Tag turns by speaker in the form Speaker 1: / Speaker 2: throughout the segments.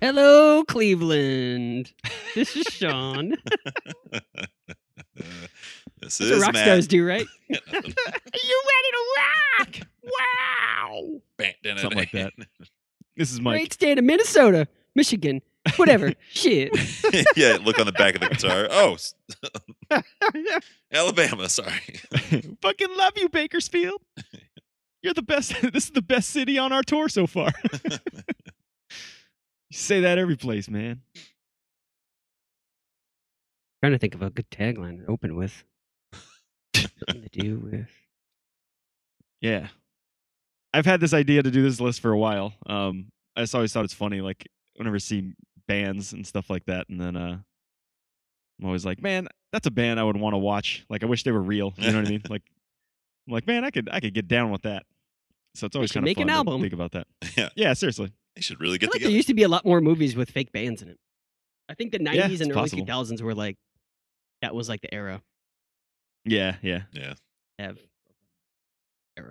Speaker 1: Hello, Cleveland. This is Sean.
Speaker 2: this
Speaker 1: That's what
Speaker 2: is
Speaker 1: rock
Speaker 2: Matt.
Speaker 1: stars do, right? Are you ready to rock? Wow.
Speaker 3: Something like that. This is Mike.
Speaker 1: Great state of Minnesota, Michigan, whatever. Shit.
Speaker 2: yeah, look on the back of the guitar. Oh, s- Alabama. Sorry.
Speaker 3: Fucking love you, Bakersfield. You're the best. this is the best city on our tour so far. you say that every place, man.
Speaker 1: trying to think of a good tagline to open with. Something to do with.
Speaker 3: Yeah. I've had this idea to do this list for a while. Um, I just always thought it's funny, like whenever I see bands and stuff like that, and then uh, I'm always like, man, that's a band I would want to watch. Like, I wish they were real. You know what I mean? Like, I'm like, man, I could, I could get down with that. So it's always
Speaker 1: should
Speaker 3: kind of
Speaker 1: make
Speaker 3: fun
Speaker 1: an
Speaker 3: to
Speaker 1: album.
Speaker 3: Think about that.
Speaker 2: Yeah,
Speaker 3: Yeah, seriously.
Speaker 2: they should really
Speaker 1: I
Speaker 2: get
Speaker 1: feel like there
Speaker 2: together.
Speaker 1: used to be a lot more movies with fake bands in it. I think the 90s
Speaker 3: it's
Speaker 1: and early
Speaker 3: possible.
Speaker 1: 2000s were like, that was like the era
Speaker 3: Yeah, yeah.
Speaker 2: Yeah,
Speaker 1: of.
Speaker 2: yeah.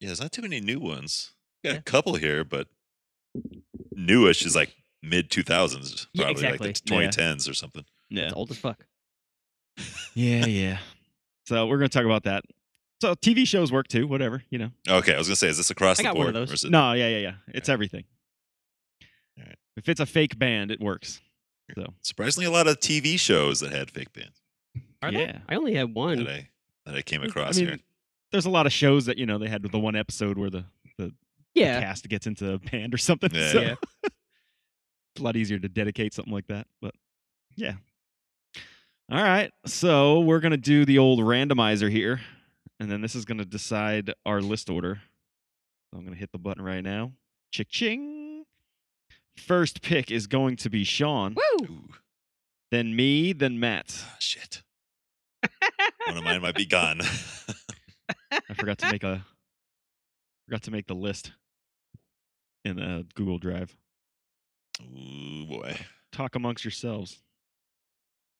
Speaker 2: There's not too many new ones. Got
Speaker 1: Yeah.
Speaker 2: a couple here, but newish is like mid 2000s, probably
Speaker 1: Yeah,
Speaker 2: like the
Speaker 1: exactly.
Speaker 3: Yeah.
Speaker 2: 2010s or something.
Speaker 3: Yeah.
Speaker 1: It's old as fuck.
Speaker 3: Yeah, yeah. So we're gonna talk about that. So TV shows work too, whatever, you know.
Speaker 2: Okay, I was gonna say, is this across
Speaker 1: I
Speaker 2: the
Speaker 1: got
Speaker 2: board?
Speaker 1: one of those.
Speaker 2: or is it-
Speaker 3: No, yeah, yeah, yeah. It's everything.
Speaker 2: Alright.
Speaker 3: If it's a fake band, it works.
Speaker 2: Surprisingly, a lot of TV shows that had fake bands
Speaker 1: Are
Speaker 3: Yeah.
Speaker 1: they? I only had one.
Speaker 2: that I that I came
Speaker 3: There's-
Speaker 2: across
Speaker 3: I mean,
Speaker 2: here.
Speaker 3: There's a lot of shows that, you know, they had the one episode where the, the, the
Speaker 1: yeah.
Speaker 3: cast gets into a band or something.
Speaker 2: Yeah.
Speaker 3: so
Speaker 1: Yeah.
Speaker 3: it's a lot easier to dedicate something like that. But yeah. All right. So we're gonna do the old randomizer here. And then this is gonna decide our list order. So I'm gonna hit the button right now. Chick ching. First pick is going to be Sean,
Speaker 1: Woo!
Speaker 2: Ooh,
Speaker 3: then me, then Matt.
Speaker 2: ah, shit. One of mine might be gone.
Speaker 3: I forgot to make a forgot to make the list in a Google Drive.
Speaker 2: Ooh boy.
Speaker 3: Talk amongst yourselves.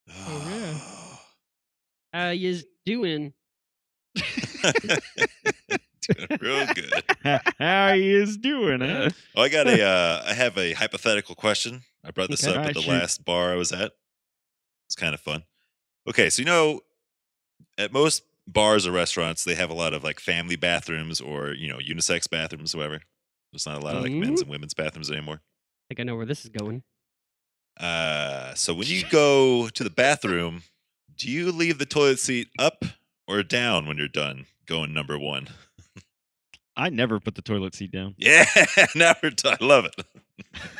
Speaker 1: Oh, How you doing?
Speaker 2: Doing real good.
Speaker 3: How he is doing, huh?
Speaker 2: Oh, I got a. Uh, I have a hypothetical question. I brought this
Speaker 3: Okay.
Speaker 2: up at
Speaker 3: Alright,
Speaker 2: the
Speaker 3: shoot.
Speaker 2: last bar I was at. It's kind of fun. Okay, so you know, at most bars or restaurants, they have a lot of like family bathrooms or you know unisex bathrooms, whatever. There's not a lot of like
Speaker 3: Mm-hmm.
Speaker 2: men's and women's bathrooms anymore.
Speaker 1: I think I know where this is going.
Speaker 2: Uh, so when you go to the bathroom, do you leave the toilet seat up or down when you're done going number one?
Speaker 3: I never put the toilet seat down.
Speaker 2: Yeah, now we're done. I love it.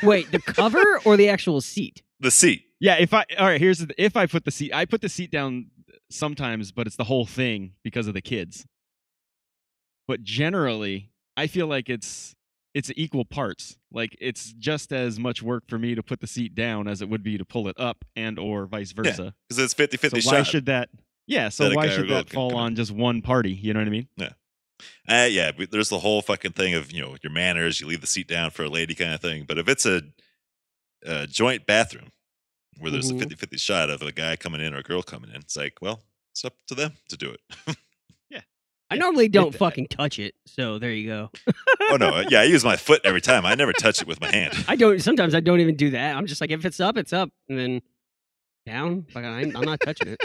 Speaker 1: Wait, the cover or the actual seat?
Speaker 2: The seat.
Speaker 3: Yeah, if I all right, here's the, if I put the seat, I put the seat down sometimes, but it's the whole thing because of the kids. But generally, I feel like it's it's equal parts. Like it's just as much work for me to put the seat down as it would be to pull it up and or vice versa.
Speaker 2: Because it's 50 50
Speaker 3: so why
Speaker 2: shot.
Speaker 3: should that? Yeah. So
Speaker 2: That a
Speaker 3: why
Speaker 2: guy or
Speaker 3: should
Speaker 2: girl
Speaker 3: that
Speaker 2: can
Speaker 3: fall
Speaker 2: come in.
Speaker 3: on just one party? You know what I mean?
Speaker 2: Uh, yeah, but there's the whole fucking thing of you know your manners. You leave the seat down for a lady kind of thing. But if it's a, a joint bathroom where there's
Speaker 1: Mhm.
Speaker 2: a 50-50 shot of a guy coming in or a girl coming in, it's like, well, it's up to them to do it.
Speaker 1: I
Speaker 3: Yeah,
Speaker 1: normally don't
Speaker 3: that.
Speaker 1: fucking touch it, so there you go.
Speaker 2: oh no, yeah, I use my foot every time. I never touch it with my hand.
Speaker 1: I don't. Sometimes I don't even do that. I'm just like, if it's up, it's up, and then down. Like I'm, I'm not touching it.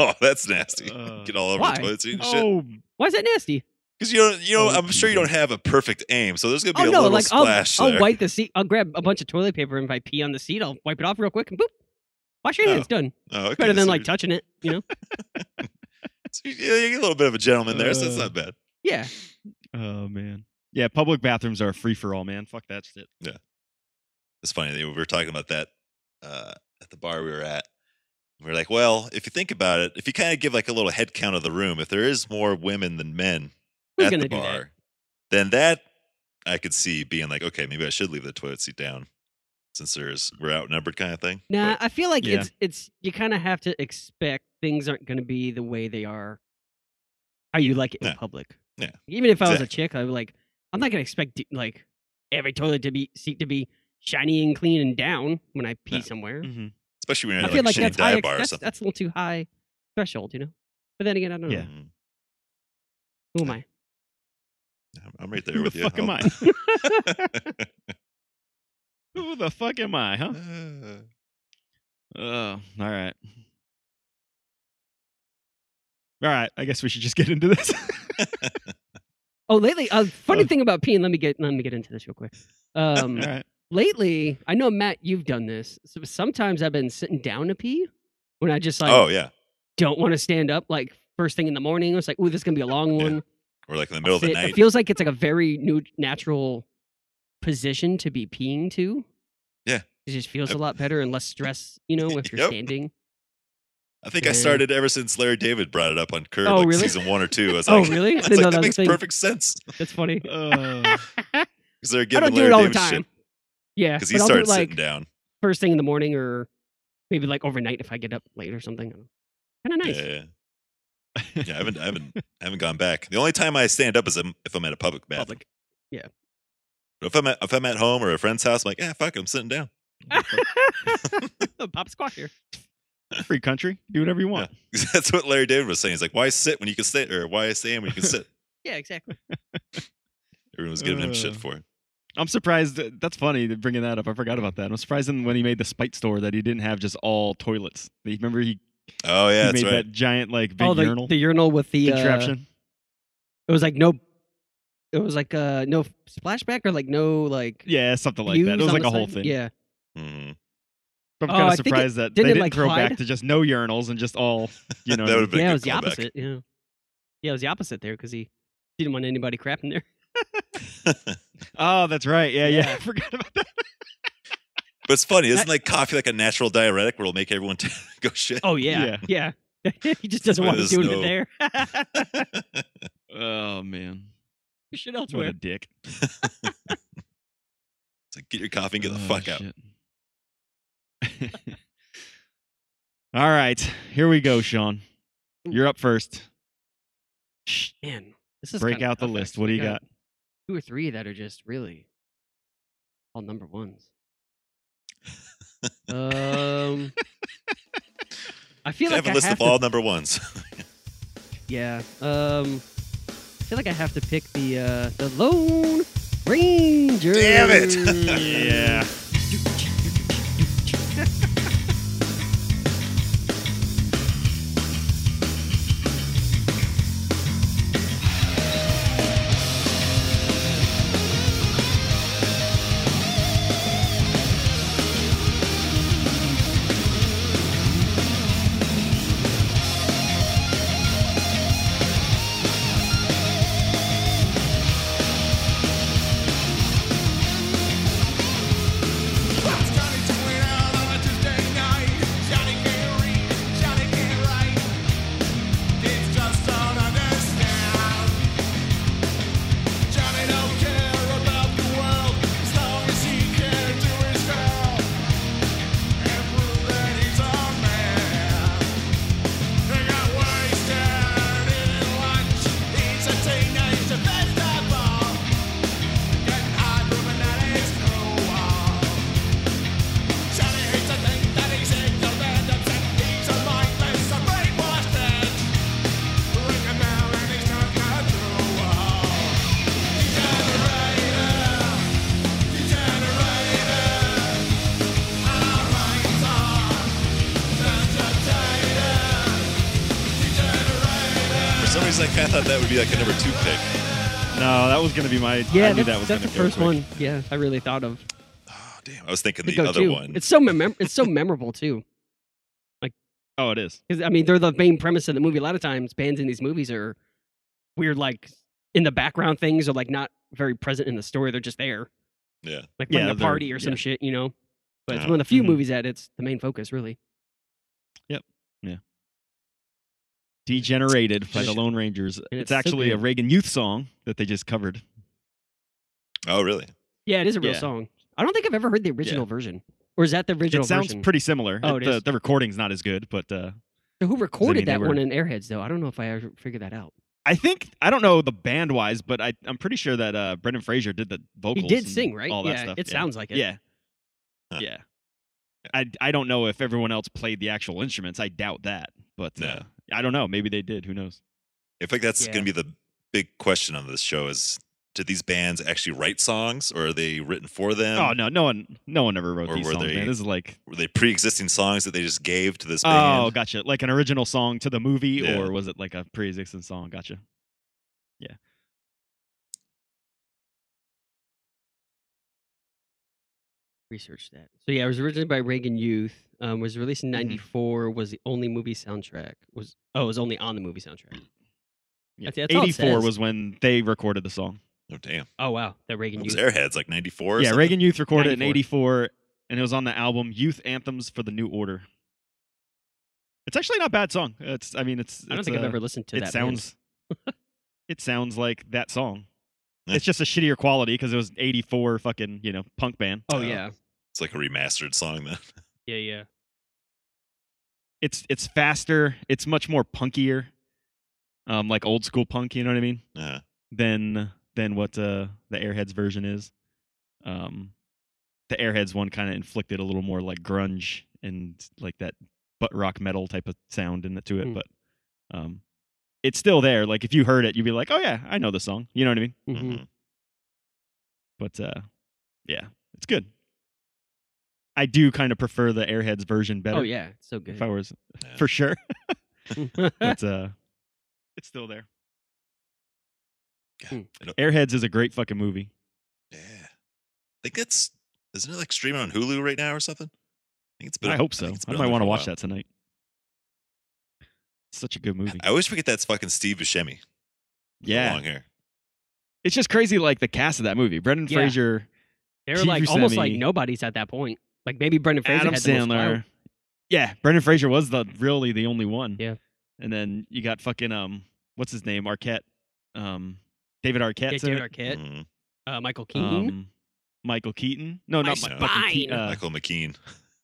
Speaker 2: oh, that's nasty.
Speaker 3: Uh,
Speaker 2: Get all over
Speaker 1: why?
Speaker 2: the toilet seat and shit.
Speaker 3: Oh,
Speaker 1: Why is that nasty?
Speaker 2: Because you don't, you know,
Speaker 3: Oh,
Speaker 2: I'm sure you don't have a perfect aim. So there's gonna be
Speaker 1: oh
Speaker 2: a
Speaker 1: no!
Speaker 2: little
Speaker 1: Like I'll,
Speaker 2: splash
Speaker 1: I'll
Speaker 2: there.
Speaker 1: wipe the seat. I'll grab a bunch of toilet paper, and if I pee on the seat, I'll wipe it off real quick and boop. Wash your
Speaker 2: Oh,
Speaker 1: hands. Done.
Speaker 2: Oh, okay,
Speaker 1: Better than
Speaker 2: so
Speaker 1: like
Speaker 2: you're-
Speaker 1: touching it. You know?
Speaker 2: so you- yeah, you're a little bit of a gentleman there, so that's
Speaker 3: Uh,
Speaker 2: not bad.
Speaker 1: Yeah.
Speaker 3: oh man. Yeah, public bathrooms are free for all, man. Fuck that shit.
Speaker 2: it's funny they, we were talking about that uh, at the bar we were at we were like well if you think about it if you kind of give like a little head count of the room if there is more women than men
Speaker 1: Who's
Speaker 2: at
Speaker 1: gonna
Speaker 2: the
Speaker 1: do that?
Speaker 2: bar then that i could see being like okay maybe i should leave the toilet seat down since there's we're outnumbered kind of thing
Speaker 1: Nah,
Speaker 2: But
Speaker 1: I feel like
Speaker 3: Yeah.
Speaker 1: it's it's you kind of have to expect things aren't going to be the way they are, how you like it in
Speaker 2: Yeah.
Speaker 1: public.
Speaker 2: Yeah.
Speaker 1: Even if I was a
Speaker 2: Exactly.
Speaker 1: chick, I would like I'm not going to expect d- like every toilet to be seat to be shiny and clean and down when I pee
Speaker 2: No.
Speaker 1: somewhere.
Speaker 3: Mm-hmm.
Speaker 2: especially when
Speaker 1: I
Speaker 2: you're at
Speaker 1: feel
Speaker 2: Mm.
Speaker 1: like
Speaker 2: like, a shitty
Speaker 1: that's high,
Speaker 2: dive
Speaker 1: ex-
Speaker 2: bar or
Speaker 1: that's,
Speaker 2: something
Speaker 1: that's a little too high threshold, you know. But then again, I don't
Speaker 3: Yeah.
Speaker 1: know.
Speaker 2: Mm.
Speaker 1: Who am I?
Speaker 2: I'm- i'm right there
Speaker 3: Who the
Speaker 2: with you
Speaker 3: fuck am
Speaker 2: I'll-
Speaker 3: I? Who the fuck am I, huh?
Speaker 2: Uh,
Speaker 3: Oh, all right. All right, I guess we should just get into this.
Speaker 1: Oh, lately, a funny
Speaker 3: Oh.
Speaker 1: thing about peeing. Let me get let me get into this real quick. Um,
Speaker 3: all right.
Speaker 1: Lately, I know Matt, you've done this. So sometimes I've been sitting down to pee when I just like
Speaker 2: oh yeah,
Speaker 1: don't want to stand up. Like first thing in the morning, I was like, "Ooh, this is gonna be a long
Speaker 2: Yeah.
Speaker 1: one."
Speaker 2: or like in the middle of the
Speaker 1: fit-
Speaker 2: night.
Speaker 1: It feels like it's like a very new natural position to be peeing to.
Speaker 2: Yeah.
Speaker 1: It just feels a
Speaker 2: Yep.
Speaker 1: lot better and less stress, you know, if you're
Speaker 2: Yep.
Speaker 1: standing.
Speaker 2: I think I
Speaker 1: Yeah.
Speaker 2: started ever since Larry David brought it up on Curb,
Speaker 1: Oh,
Speaker 2: like
Speaker 1: really?
Speaker 2: season one or two. I was
Speaker 1: Oh,
Speaker 2: like,
Speaker 1: really? I
Speaker 2: I was
Speaker 1: didn't know that
Speaker 2: like,
Speaker 1: was
Speaker 2: that
Speaker 1: a
Speaker 2: makes
Speaker 1: thing."
Speaker 2: perfect sense
Speaker 1: That's funny.
Speaker 3: Uh,
Speaker 1: I
Speaker 2: because they're giving
Speaker 1: don't do
Speaker 2: Larry
Speaker 1: it all the
Speaker 2: David
Speaker 1: time.
Speaker 2: shit
Speaker 1: Yeah.
Speaker 2: because
Speaker 1: But
Speaker 2: he
Speaker 1: I'll do
Speaker 2: started
Speaker 1: it like
Speaker 2: sitting down.
Speaker 1: first thing in the morning or maybe like overnight if I get up late or something. Kind of nice.
Speaker 2: Yeah, yeah, yeah. I haven't, I haven't, I haven't gone back. The only time I stand up is I'm- if I'm at a public bathroom.
Speaker 1: Public.
Speaker 2: But If I'm at, if I'm at home or a friend's house, I'm like, yeah, fuck, it, I'm sitting down.
Speaker 1: Oh, Pop squat here.
Speaker 3: Free country, do whatever you want.
Speaker 2: 'Cause That's what Larry David was saying. He's like, why sit when you can sit, or why stand when you can sit.
Speaker 1: Yeah, exactly.
Speaker 2: Everyone was giving him shit
Speaker 3: Uh.
Speaker 2: for it.
Speaker 3: I'm surprised. uh, That's funny that bringing that up. I forgot about that. I'm surprised that when he made the Spite store that he didn't have just all toilets. He- Remember he,
Speaker 2: Oh yeah,
Speaker 3: he
Speaker 2: that's
Speaker 3: made
Speaker 2: right.
Speaker 3: that giant like big
Speaker 1: oh, the
Speaker 3: urinal
Speaker 1: the urinal with the uh,
Speaker 3: contraption.
Speaker 1: it was like no it was like uh no splashback or like no like
Speaker 3: yeah, something like that.
Speaker 1: views
Speaker 3: It was
Speaker 1: on
Speaker 3: like
Speaker 1: the
Speaker 3: a whole
Speaker 1: side.
Speaker 3: thing.
Speaker 1: Yeah.
Speaker 2: Mhm.
Speaker 3: But I'm
Speaker 1: Oh, I
Speaker 3: kind of
Speaker 1: think it-
Speaker 3: surprised
Speaker 1: didn't
Speaker 3: that they
Speaker 1: it,
Speaker 3: didn't
Speaker 1: like,
Speaker 3: throw back
Speaker 1: slide?
Speaker 3: to just no urinals and just all you know.
Speaker 2: That would've been a
Speaker 1: yeah,
Speaker 2: good
Speaker 1: it was the
Speaker 2: callback.
Speaker 1: opposite. Yeah, yeah, it was the opposite there because he didn't want anybody crapping there.
Speaker 3: oh, that's right. Yeah, yeah.
Speaker 1: Yeah.
Speaker 3: I forgot about that.
Speaker 2: but it's funny, isn't
Speaker 1: That-
Speaker 2: like coffee like a natural diuretic where it'll make everyone go shit?
Speaker 1: Oh yeah, yeah. he just
Speaker 2: That's
Speaker 1: doesn't
Speaker 2: why
Speaker 1: want to
Speaker 2: there's
Speaker 1: do
Speaker 2: no-
Speaker 1: it there.
Speaker 3: Oh man,
Speaker 1: Shit
Speaker 3: what a
Speaker 1: elsewhere.
Speaker 3: dick.
Speaker 2: It's like, get your coffee and get the
Speaker 3: Oh,
Speaker 2: fuck out.
Speaker 3: shit. All right, here we go, Sean. You're up first. Shh,
Speaker 1: Man, this is
Speaker 3: Break
Speaker 1: kinda
Speaker 3: out the
Speaker 1: tough,
Speaker 3: list.
Speaker 1: actually.
Speaker 3: What do you
Speaker 1: I
Speaker 3: got?
Speaker 1: Two or three that are just really all number ones. um, I feel
Speaker 2: I
Speaker 1: like
Speaker 2: have a
Speaker 1: I
Speaker 2: list
Speaker 1: have
Speaker 2: of
Speaker 1: to
Speaker 2: all number ones.
Speaker 1: Yeah. Um I feel like I have to pick the uh the Lone Ranger.
Speaker 2: Damn it.
Speaker 3: Yeah.
Speaker 4: Teenage vegetable Get high, grooving at his crew Johnny hates to think that he's ignorant, upset, he's a mindless, a brainwashed bitch. Ring a bell and he's not cut through. Degenerator, degenerator, our minds are vegetated. Degenerator.
Speaker 2: For some reason, I kind of thought that would be like a number two pick.
Speaker 3: No, that was gonna be my.
Speaker 1: Yeah,
Speaker 3: I knew
Speaker 1: that's,
Speaker 3: that was
Speaker 1: that's the
Speaker 3: gonna go
Speaker 1: first
Speaker 3: quick.
Speaker 1: one. Yeah, I really thought of
Speaker 2: Oh damn, I was thinking
Speaker 1: the
Speaker 2: the,
Speaker 1: go
Speaker 2: other
Speaker 1: to.
Speaker 2: one.
Speaker 1: It's so memem- it's so memorable too.
Speaker 3: Oh, it is.
Speaker 1: Because I mean, they're the main premise of the movie. A lot of times, bands in these movies are weird, like in the background things, or like not very present in the story. They're just there,
Speaker 2: yeah,
Speaker 1: like
Speaker 3: Yeah,
Speaker 1: running a
Speaker 3: they're-
Speaker 1: party or some
Speaker 3: yeah.
Speaker 1: shit, you know. But it's
Speaker 2: Yeah.
Speaker 1: one of the few
Speaker 3: Mhm.
Speaker 1: movies that it's the main focus, really.
Speaker 3: Degenerated by the
Speaker 1: Just-
Speaker 3: Lone Rangers.
Speaker 1: it's
Speaker 3: It's
Speaker 1: so
Speaker 3: actually a
Speaker 1: good.
Speaker 3: Reagan Youth song that they just covered.
Speaker 2: oh really?
Speaker 1: Yeah, it is a real
Speaker 3: Yeah.
Speaker 1: song. I don't think I've ever heard the original version, or is that the original
Speaker 3: It sounds
Speaker 1: version?
Speaker 3: pretty similar.
Speaker 1: Oh, it
Speaker 3: the,
Speaker 1: is?
Speaker 3: the recording's not as good, but uh,
Speaker 1: So who recorded
Speaker 3: mean they
Speaker 1: that
Speaker 3: were-
Speaker 1: one in Airheads though? I don't know if I ever figured that out.
Speaker 3: I think I don't know the band wise, but I I'm pretty sure that uh Brendan Fraser did the vocals.
Speaker 1: He did
Speaker 3: and
Speaker 1: sing, right?
Speaker 3: All that
Speaker 1: yeah,
Speaker 3: stuff.
Speaker 1: it
Speaker 3: yeah.
Speaker 1: sounds like it.
Speaker 3: Yeah.
Speaker 2: Huh.
Speaker 3: Yeah. I I don't know if everyone else played the actual instruments. I doubt that, but uh,
Speaker 2: No.
Speaker 3: I don't know. Maybe they did. Who knows?
Speaker 2: I feel like that's
Speaker 1: Yeah.
Speaker 2: gonna be the big question on this show: is did these bands actually write songs, or are they written for them?
Speaker 3: oh no, no one, no one ever wrote
Speaker 2: Or
Speaker 3: these
Speaker 2: were
Speaker 3: songs.
Speaker 2: they
Speaker 3: man. This is like,
Speaker 2: Were they pre-existing songs that they just gave to this band?
Speaker 3: oh, gotcha. Like an original song to the movie,
Speaker 2: Yeah.
Speaker 3: or was it like a pre-existing song? Gotcha. Yeah.
Speaker 1: Research that. So yeah, it was originally by Reagan Youth. Um, was released in
Speaker 3: Mhm.
Speaker 1: '94. Was the only movie soundtrack. Was oh, it was only on the movie soundtrack.
Speaker 3: yeah.
Speaker 1: That's- that's all it
Speaker 3: Eighty-four
Speaker 1: says.
Speaker 3: was when they recorded the song.
Speaker 2: Oh, damn.
Speaker 1: Oh wow, that Reagan
Speaker 2: What was
Speaker 3: er,
Speaker 1: Youth.
Speaker 2: Airheads like '94?
Speaker 3: yeah, Reagan Youth recorded it in
Speaker 1: 94.
Speaker 3: '84, and it was on the album Youth Anthems for the New Order. It's actually not a bad song. It's, I mean, it's.
Speaker 1: I don't
Speaker 3: it's,
Speaker 1: think I've
Speaker 3: uh,
Speaker 1: ever listened to
Speaker 3: it
Speaker 1: that. band.
Speaker 3: sounds. it sounds like that song.
Speaker 2: Yeah.
Speaker 3: It's just a shittier quality because it was '84 fucking you know punk band.
Speaker 1: Oh
Speaker 2: uh,
Speaker 1: yeah,
Speaker 2: It's like a remastered song then.
Speaker 1: yeah, yeah.
Speaker 3: It's it's faster. It's much more punkier, um, like old school punk. You know what I mean?
Speaker 2: Uh,
Speaker 3: Than than what uh, the Airheads version is. Um, the Airheads one kind of inflicted a little more like grunge and like that butt rock metal type of sound in it to it,
Speaker 1: Mm.
Speaker 3: but um, it's still there. Like if you heard it, you'd be like, oh yeah, I know the song. You know what I mean?
Speaker 1: hmm
Speaker 2: mhm.
Speaker 3: but uh yeah it's good i do kind of prefer the airheads version better
Speaker 1: Oh yeah, it's so good.
Speaker 3: if i was
Speaker 2: Yeah.
Speaker 3: for sure
Speaker 1: yeah,
Speaker 3: but uh it's still there
Speaker 1: Hmm.
Speaker 2: God, I don't-
Speaker 3: airheads is a great fucking movie
Speaker 2: Yeah. I think it's isn't it like streaming on Hulu right now or something? I think it's been.
Speaker 3: i
Speaker 2: on-
Speaker 3: hope
Speaker 2: think
Speaker 3: so
Speaker 2: it's
Speaker 3: i
Speaker 2: been on
Speaker 3: might
Speaker 2: there
Speaker 3: want
Speaker 2: for
Speaker 3: to
Speaker 2: a
Speaker 3: watch
Speaker 2: while.
Speaker 3: that tonight such a good movie
Speaker 2: I always forget that's fucking Steve Buscemi. with the
Speaker 3: yeah
Speaker 2: long hair.
Speaker 3: it's just crazy like the cast of that movie brendan
Speaker 1: Yeah.
Speaker 3: fraser
Speaker 1: they were like almost like
Speaker 3: Buscemi.
Speaker 1: nobodies at that point. Like maybe Brendan Fraser
Speaker 3: E. adam
Speaker 1: had the most clout.
Speaker 3: sandler yeah brendan fraser was the really the only one
Speaker 1: Yeah.
Speaker 3: and then you got fucking um what's his name arquette um david arquette
Speaker 1: Yeah, David Arquette,
Speaker 2: Mhm.
Speaker 3: mm-hmm.
Speaker 1: uh, Michael Keaton,
Speaker 3: Um, Michael Keaton. No, not
Speaker 2: My
Speaker 3: Mi- fucking Keaton,
Speaker 1: spine!
Speaker 3: uh,
Speaker 2: Michael McKean.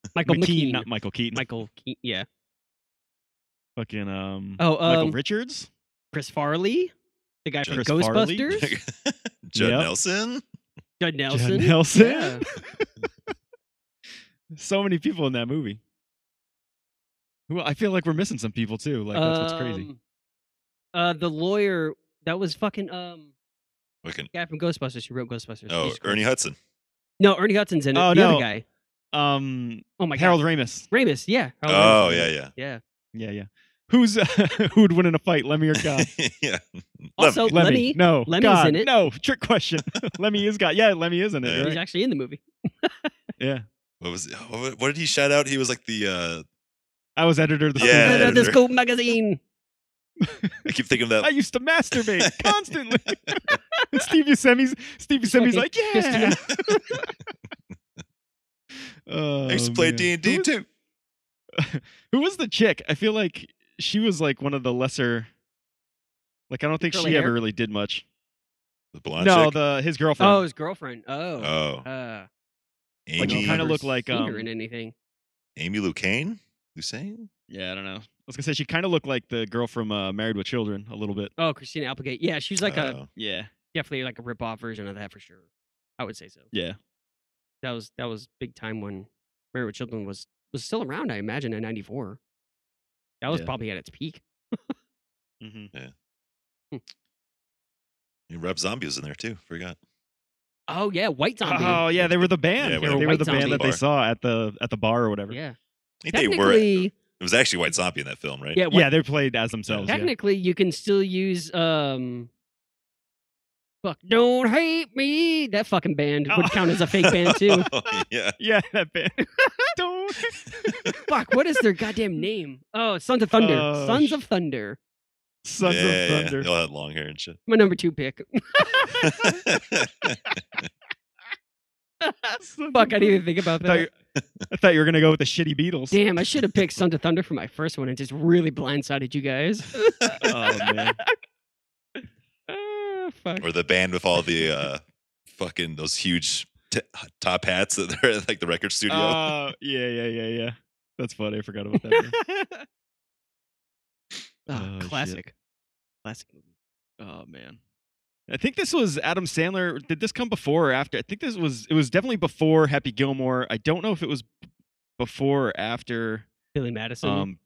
Speaker 1: Michael
Speaker 3: McKean,
Speaker 1: McKean,
Speaker 3: not Michael Keaton.
Speaker 1: Michael Keaton. Yeah.
Speaker 3: fucking um,
Speaker 1: Oh,
Speaker 3: Michael
Speaker 1: um,
Speaker 3: Richards.
Speaker 1: Chris Farley, the guy from
Speaker 3: Chris Farley?
Speaker 1: Ghostbusters,
Speaker 2: Judd
Speaker 3: Yep.
Speaker 2: Nelson.
Speaker 1: Judd
Speaker 3: Judd
Speaker 1: Nelson.
Speaker 3: Nelson.
Speaker 1: Yeah.
Speaker 3: so many people in that movie. Well, I feel like we're missing some people too. Like that's what's crazy.
Speaker 1: Um, Uh, the lawyer that was fucking um
Speaker 2: Fucking-
Speaker 1: guy from Ghostbusters who wrote Ghostbusters.
Speaker 2: Oh,
Speaker 1: Jesus Christ.
Speaker 2: Ernie Hudson.
Speaker 1: No, Ernie Hudson's in it.
Speaker 3: Oh,
Speaker 1: the
Speaker 3: no.
Speaker 1: other guy.
Speaker 3: Um,
Speaker 1: Oh my
Speaker 3: Harold Ramis.
Speaker 1: god, Ramis. Yeah. Harold
Speaker 2: Oh,
Speaker 1: Ramis.
Speaker 2: yeah, yeah.
Speaker 1: Yeah.
Speaker 3: Yeah, yeah. Who's who'd win in a fight, Lemmy or God?
Speaker 2: yeah.
Speaker 1: Also,
Speaker 2: Lemmy.
Speaker 1: Oh, Lemmy.
Speaker 3: No,
Speaker 1: Lemmy's
Speaker 3: God,
Speaker 1: in it.
Speaker 3: No, trick question. Lemmy is God. Yeah, Lemmy is in it.
Speaker 2: Yeah.
Speaker 1: He's
Speaker 3: right?
Speaker 1: actually in the movie.
Speaker 3: Yeah.
Speaker 2: What was what wa- what did he shout out? He was like the uh
Speaker 3: I was editor of the.
Speaker 2: Yeah,
Speaker 1: Uh,
Speaker 2: editor.
Speaker 1: the school magazine.
Speaker 2: I keep thinking of
Speaker 3: I
Speaker 2: that
Speaker 3: used to masturbate constantly. And Steve Buscemi's Steve
Speaker 1: Fucking
Speaker 3: Buscemi's like, yeah.
Speaker 1: Christina.
Speaker 3: Oh,
Speaker 2: I used to play
Speaker 3: man.
Speaker 2: D and D
Speaker 3: Who was-
Speaker 2: too.
Speaker 3: Who was the chick? I feel like she was like one of the lesser. Like I don't think
Speaker 1: Curly
Speaker 3: she
Speaker 1: hair?
Speaker 3: ever really did much.
Speaker 2: The blonde
Speaker 3: no,
Speaker 2: chick.
Speaker 3: the his girlfriend.
Speaker 1: Oh, his girlfriend. Oh.
Speaker 2: oh,
Speaker 1: Uh,
Speaker 3: Like,
Speaker 2: Amy
Speaker 3: you kinda
Speaker 1: I've
Speaker 3: look
Speaker 1: never
Speaker 3: like,
Speaker 1: seen her
Speaker 3: um,
Speaker 1: in anything.
Speaker 2: Amy Lucane? Lucane?
Speaker 3: yeah, I don't know. I was gonna say she kind of looked like the girl from uh, Married with Children a little bit.
Speaker 1: Oh, Christina Applegate. Yeah, she's like a
Speaker 2: Oh.
Speaker 3: Yeah,
Speaker 1: definitely like a rip off version of that for sure. I would say so.
Speaker 3: yeah.
Speaker 1: That was that was big time when Married with Children was was still around. I imagine in '94. That was
Speaker 3: Yeah.
Speaker 1: probably at its peak.
Speaker 3: Mm-hmm.
Speaker 2: and Rob Zombie was in there too. Forgot.
Speaker 1: Oh yeah, White Zombie.
Speaker 3: Oh yeah, they were the band.
Speaker 2: Yeah,
Speaker 3: they
Speaker 2: we
Speaker 3: were,
Speaker 1: were
Speaker 3: the
Speaker 1: White
Speaker 3: band
Speaker 1: Zombie.
Speaker 3: that they saw at the at the bar or whatever.
Speaker 1: yeah.
Speaker 2: I think they were it
Speaker 1: Technically,
Speaker 2: was actually White Zombie in that film, right?
Speaker 1: yeah, White
Speaker 3: Yeah, they played as themselves. yeah.
Speaker 1: Technically, you can still use um. Fuck! Don't hate me. That fucking band would
Speaker 3: Oh.
Speaker 1: count as a fake band too.
Speaker 2: Oh, yeah.
Speaker 3: Yeah, that band. Don't.
Speaker 1: Fuck! What is their goddamn name? Oh, Sons of Thunder.
Speaker 3: Oh,
Speaker 1: Sons
Speaker 3: sh-
Speaker 1: of Thunder.
Speaker 3: Sons
Speaker 2: yeah,
Speaker 3: of
Speaker 2: yeah,
Speaker 3: Thunder.
Speaker 2: They all had long hair and shit.
Speaker 1: My number two pick.
Speaker 3: Ah, Sons
Speaker 1: Fuck!
Speaker 3: of
Speaker 1: I didn't even think about
Speaker 3: I thought,
Speaker 1: that.
Speaker 3: you, I thought you were gonna go with the shitty Beatles.
Speaker 1: Damn, I should have picked Sons of Thunder for my first one and just really blindsided you guys.
Speaker 3: Oh man.
Speaker 1: Ah, fuck.
Speaker 2: or the band with all the uh, fucking those huge t- top hats that they're at like the record studio.
Speaker 3: Uh, yeah, yeah, yeah, yeah. That's funny. I forgot about that. one.
Speaker 1: Ah,
Speaker 3: Oh, shit.
Speaker 1: classic. Classic movie.
Speaker 3: oh man. I think this was Adam Sandler. Did this come before or after? I think this was. It was definitely before Happy Gilmore. I don't know if it was b- before or after
Speaker 1: Billy Madison.
Speaker 3: um,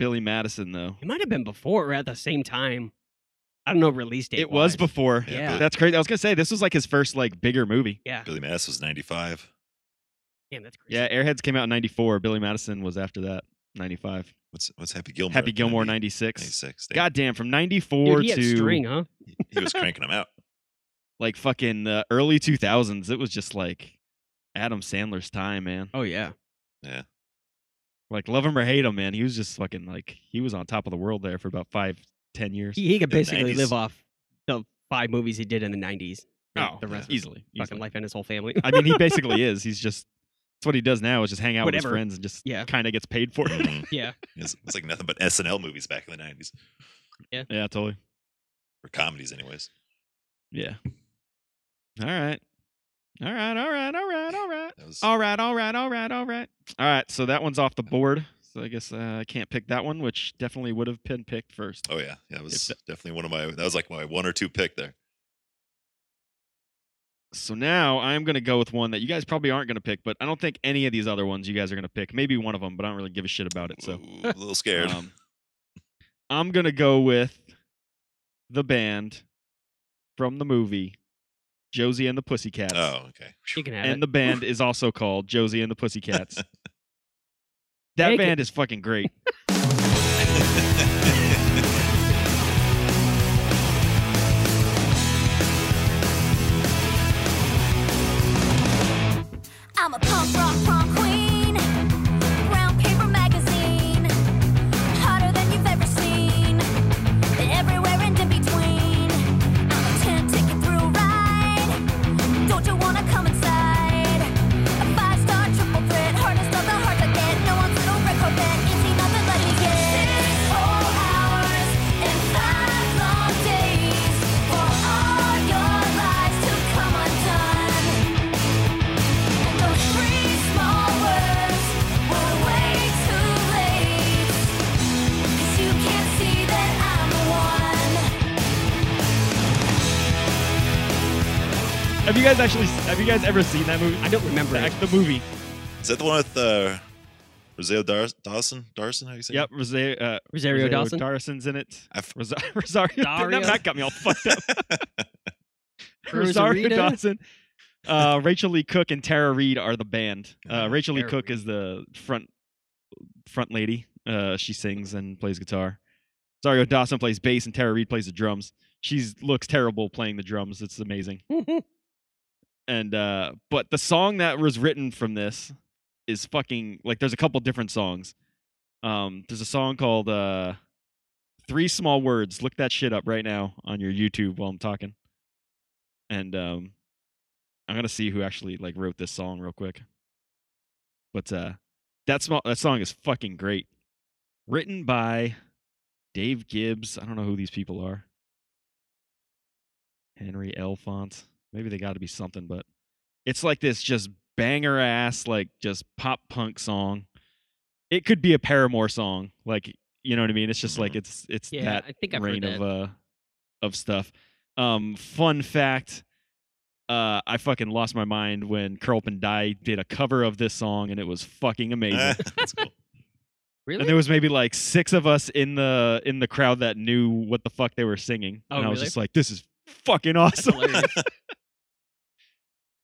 Speaker 3: Billy Madison though.
Speaker 1: it might have been before or at the same time. I don't know release date.
Speaker 3: It was
Speaker 1: wise.
Speaker 3: before.
Speaker 1: Yeah.
Speaker 2: Billy,
Speaker 3: That's crazy. I was gonna say this was like his first like bigger movie.
Speaker 1: Yeah.
Speaker 2: Billy Mass was 95.
Speaker 1: Damn, that's crazy.
Speaker 3: Yeah, Airheads came out in '94. Billy Madison was after that, '95.
Speaker 2: What's what's Happy Gilmore?
Speaker 3: Happy Gilmore
Speaker 2: Ninety-
Speaker 3: '96.
Speaker 2: 96. Damn,
Speaker 3: Goddamn, from '94
Speaker 1: Dude, he had
Speaker 3: to
Speaker 1: string, huh?
Speaker 2: he- He was cranking them out.
Speaker 3: like fucking uh, early 2000s. It was just like Adam Sandler's time, man.
Speaker 1: Oh yeah.
Speaker 3: Like love him or hate him, man. He was just fucking like he was on top of the world there for about five, ten years.
Speaker 1: He, he could
Speaker 2: The
Speaker 1: basically
Speaker 2: 90s.
Speaker 1: live off the five movies he did in the nineties. the
Speaker 3: yeah.
Speaker 1: rest of his
Speaker 3: Oh, easily,
Speaker 1: fucking
Speaker 3: easily.
Speaker 1: life and his whole family.
Speaker 3: I mean, he basically is. He's just that's what he does now is just hang out with
Speaker 1: Whatever.
Speaker 3: his friends and just
Speaker 1: Yeah.
Speaker 3: kind of gets paid for it.
Speaker 2: Mhm.
Speaker 1: yeah.
Speaker 2: it's, it's like nothing but SNL movies back in the 90s,
Speaker 3: yeah, totally.
Speaker 2: or comedies, anyways.
Speaker 3: Yeah. All right. All right. All right. All right. All right.
Speaker 2: That was
Speaker 3: All right, all right, all right, all right. All right, so that one's off the board. So I guess uh, I can't pick that one, which definitely would have been picked first.
Speaker 2: Oh yeah, that was
Speaker 3: that-
Speaker 2: definitely one of my. That was like my one or two pick there.
Speaker 3: So now I'm going to go with one that you guys probably aren't going to pick, but I don't think any of these other ones you guys are going to pick. Maybe one of them, but I don't really give a shit about it. So
Speaker 2: Ooh, a little scared.
Speaker 3: um, I'm going to go with the band from the movie Josie and the Pussycats.
Speaker 2: oh okay.
Speaker 1: You can have
Speaker 3: and
Speaker 1: it.
Speaker 3: the band is also called Josie and the Pussycats. that
Speaker 1: Take it.
Speaker 3: band is fucking great.
Speaker 5: I'm a punk rock prom queen. Brown paper magazine. Hotter than you've ever seen. But everywhere and in between. I'm a 10 ticket through ride. Don't you wanna come inside? A five star triple threat. Hardest of the hard to get. No one's no red carpet. It's enough to let you get. Six whole hours and five long days. For all your lies to come undone. Those three small words were way too late. 'Cause you can't see that I'm the one.
Speaker 3: Have you guys actually? Have you guys ever seen that movie?
Speaker 1: I don't remember
Speaker 3: the,
Speaker 1: it.
Speaker 3: act- the movie.
Speaker 2: Is that the one with uh, Rosario Dar- Dawson? Darson? How you say? it?
Speaker 3: Yep, Rosario, uh,
Speaker 1: Rosario Dawson.
Speaker 3: Darson's in it.
Speaker 2: I f-
Speaker 3: Rosa- Rosario.
Speaker 1: Dario.
Speaker 3: That, that got me all fucked up. Rosario
Speaker 1: Rosarita?
Speaker 3: Dawson. Uh, Rachel Lee Cook and Tara Reid are the band. Uh,
Speaker 2: Oh,
Speaker 3: Rachel Lee
Speaker 1: Tara
Speaker 3: Cook
Speaker 1: Reid.
Speaker 3: is the front front lady. Uh, she sings and plays guitar. Rosario Dawson plays bass and Tara Reid plays the drums. She looks terrible playing the drums. It's amazing. and uh but the song that was written from this is fucking like there's a couple different songs um there's a song called uh three small words look that shit up right now on your youtube while i'm talking and um i'm gonna see who actually like wrote this song real quick but uh that small that song is fucking great written by dave gibbs i don't know who these people are henry l font maybe they got to be something but it's like this just banger ass like just pop punk song it could be a paramore song like you know what i mean it's just like
Speaker 2: Mhm.
Speaker 3: it's it's
Speaker 1: Yeah,
Speaker 3: that
Speaker 1: I think I've heard
Speaker 3: reign of
Speaker 1: that.
Speaker 3: uh of stuff um fun fact uh i fucking lost my mind when curl and die did a cover of this song and it was fucking amazing
Speaker 2: That's cool.
Speaker 1: really?
Speaker 3: and there was maybe like six of us in the in the crowd that knew what the fuck they were singing
Speaker 1: Oh,
Speaker 3: and i was
Speaker 1: really?
Speaker 3: just like this is fucking awesome
Speaker 1: hilarious.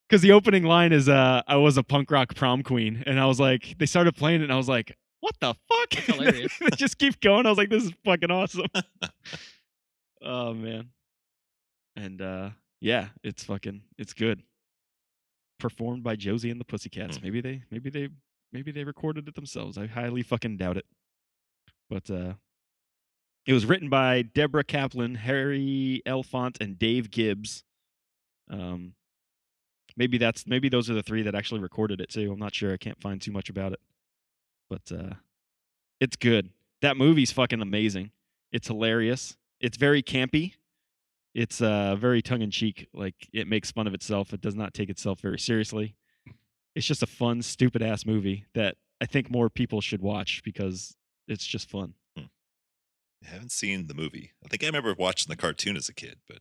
Speaker 3: because the opening line is uh i was a punk rock prom queen and i was like they started playing it and i was like what the fuck
Speaker 1: hilarious.
Speaker 3: they just keep going i was like this is fucking awesome oh man and uh yeah it's fucking it's good performed by josie and the pussycats
Speaker 2: Hmm.
Speaker 3: maybe they maybe they maybe they recorded it themselves i highly fucking doubt it but uh it was written by deborah kaplan harry elfont and dave gibbs um maybe that's maybe those are the three that actually recorded it too i'm not sure i can't find too much about it but uh it's good that movie's fucking amazing it's hilarious it's very campy it's uh very tongue-in-cheek like it makes fun of itself it does not take itself very seriously it's just a fun stupid ass movie that i think more people should watch because it's just fun
Speaker 2: I haven't seen the movie. I think I remember watching the cartoon as a kid, but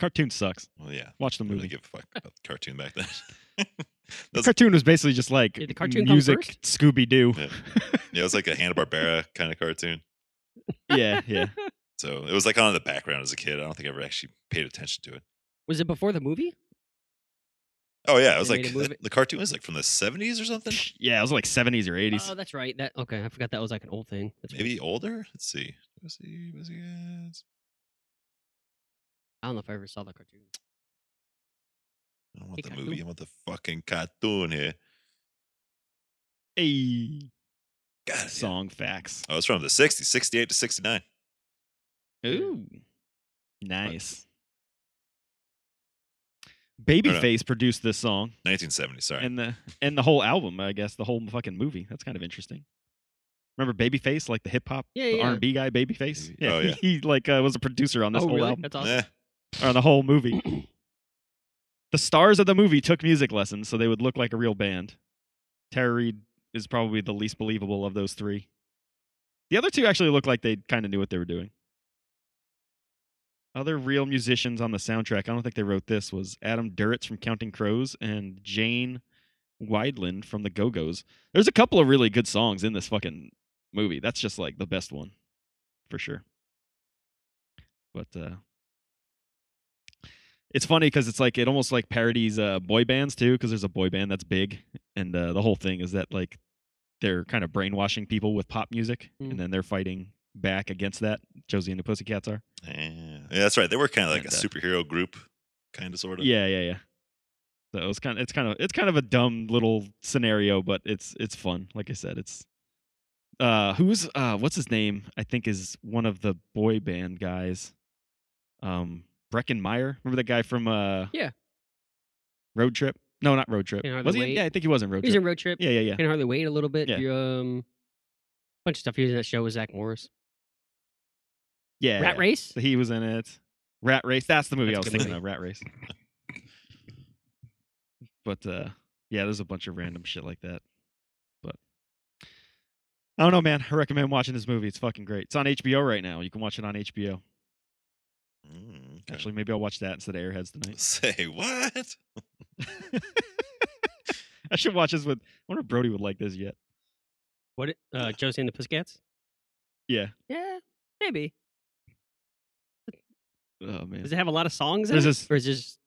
Speaker 3: cartoon sucks
Speaker 2: well, yeah,
Speaker 3: watch the
Speaker 2: didn't really
Speaker 3: movie
Speaker 2: give a fuck about the cartoon back then.
Speaker 3: the
Speaker 2: That's-
Speaker 3: cartoon was basically just like
Speaker 1: Did the cartoon come
Speaker 3: music
Speaker 1: first?
Speaker 3: scooby-doo
Speaker 2: Yeah. yeah, it was like a Hanna Barbera kind of cartoon.
Speaker 3: yeah yeah
Speaker 2: So it was like on in the background as a kid. I don't think I ever actually paid attention to it.
Speaker 1: Was it before the movie?
Speaker 2: Oh yeah, it was
Speaker 1: They
Speaker 2: like
Speaker 1: made a movie-
Speaker 2: that- the cartoon was like from the seventies or something,
Speaker 3: Yeah, it was like 70s or 80s.
Speaker 1: Oh, that's right. That okay. I forgot that was like an old thing. That's right.
Speaker 2: maybe older. Let's see. Let's see. Let's see. yes.
Speaker 1: I don't know if I ever saw the cartoon.
Speaker 2: I don't want
Speaker 1: Hey,
Speaker 2: the
Speaker 1: cartoon.
Speaker 2: movie. I want the fucking cartoon here.
Speaker 3: Hey,
Speaker 2: God, yeah.
Speaker 3: song facts.
Speaker 2: Oh, it's from the 60s, 68 to 69.
Speaker 3: Ooh, nice. Babyface produced this song
Speaker 2: 1970, sorry.
Speaker 3: and the and the whole album. I guess the whole fucking movie. That's kind of interesting. Remember Babyface, like the hip hop
Speaker 1: Yeah, yeah.
Speaker 3: R and B guy, Babyface.
Speaker 2: Baby- oh, yeah.
Speaker 3: he like uh, was a producer on this
Speaker 1: oh,
Speaker 3: whole
Speaker 1: really?
Speaker 3: album
Speaker 1: That's awesome.
Speaker 2: Eh,
Speaker 3: or the whole movie. the stars of the movie took music lessons so they would look like a real band. Tara Reid is probably the least believable of those three. The other two actually looked like they kind of knew what they were doing. Other real musicians on the soundtrack, I don't think they wrote this, was Adam Duritz from Counting Crows and Jane Wideland from the Go Go's. There's a couple of really good songs in this fucking movie. That's just like the best one for sure. But uh, it's funny because it's like it almost like parodies uh, boy bands too because there's a boy band that's big and uh, the whole thing is that like they're kind of brainwashing people with pop music
Speaker 1: Mm.
Speaker 3: and then they're fighting back against that josie and the pussycats are
Speaker 2: Yeah, Yeah, that's right. They were kind of like a
Speaker 3: And, uh,
Speaker 2: superhero group, kind of sort of.
Speaker 3: yeah yeah yeah so it's kind of it's kind of it's kind of a dumb little scenario but it's it's fun like i said it's uh who's uh what's his name i think is one of the boy band guys um brecken meyer remember that guy from uh
Speaker 1: Yeah.
Speaker 3: road trip no not road trip
Speaker 1: You know, the
Speaker 3: was he in-
Speaker 1: way-
Speaker 3: yeah i think he was in road
Speaker 1: He was
Speaker 3: trip
Speaker 1: in Road Trip.
Speaker 3: yeah yeah yeah
Speaker 1: Can hardly wait a little bit.
Speaker 3: Yeah.
Speaker 1: You, um, bunch of stuff he was in that show with Zach Morris.
Speaker 3: yeah
Speaker 1: Rat Race.
Speaker 3: So he was in it. Rat Race. That's the movie
Speaker 1: That's
Speaker 3: I was
Speaker 1: a good
Speaker 3: thinking
Speaker 1: movie.
Speaker 3: of. Rat Race. But uh, yeah, there's a bunch of random shit like that. But I don't know, man. I recommend watching this movie. It's fucking great. It's on HBO right now. You can watch it on HBO.
Speaker 2: Mm, okay.
Speaker 3: Actually, maybe I'll watch that instead of Airheads tonight.
Speaker 2: Say what?
Speaker 3: I should watch this with. I wonder if Brody would like this yet.
Speaker 1: What? it- Uh, Josie and the Pussycats.
Speaker 3: Yeah.
Speaker 1: Yeah, maybe.
Speaker 3: Oh man.
Speaker 1: Does it have a lot of songs? In
Speaker 3: There's
Speaker 1: it?
Speaker 3: this-
Speaker 1: or is this?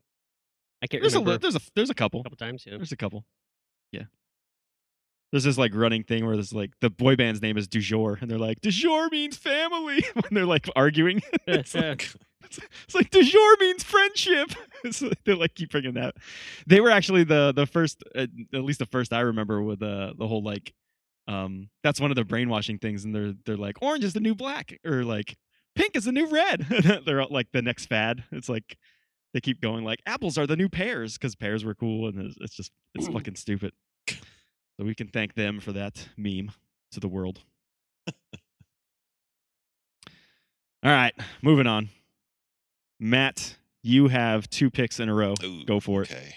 Speaker 1: I can't
Speaker 3: there's a
Speaker 1: remember.
Speaker 3: li- there's a there's a couple.
Speaker 1: a couple times. Yeah.
Speaker 3: There's a couple. Yeah. There's this like running thing where there's like the boy band's name is Du jour, and they're like, Du jour means family when they're like arguing. it's, like, it's, it's like Du jour means friendship. so they like keep bringing that. They were actually the the first, uh, at least the first I remember with uh, the whole like, um, that's one of the brainwashing things, and they're they're like, orange is the new black, or like pink is the new red. they're all, like the next fad. It's like they keep going like apples are the new pears because pears were cool, and it's, it's just it's
Speaker 2: Mm.
Speaker 3: fucking stupid. So we can thank them for that meme to the world. all right, moving on. Matt, you have two picks in a row.
Speaker 2: Ooh,
Speaker 3: Go for it.
Speaker 2: Okay.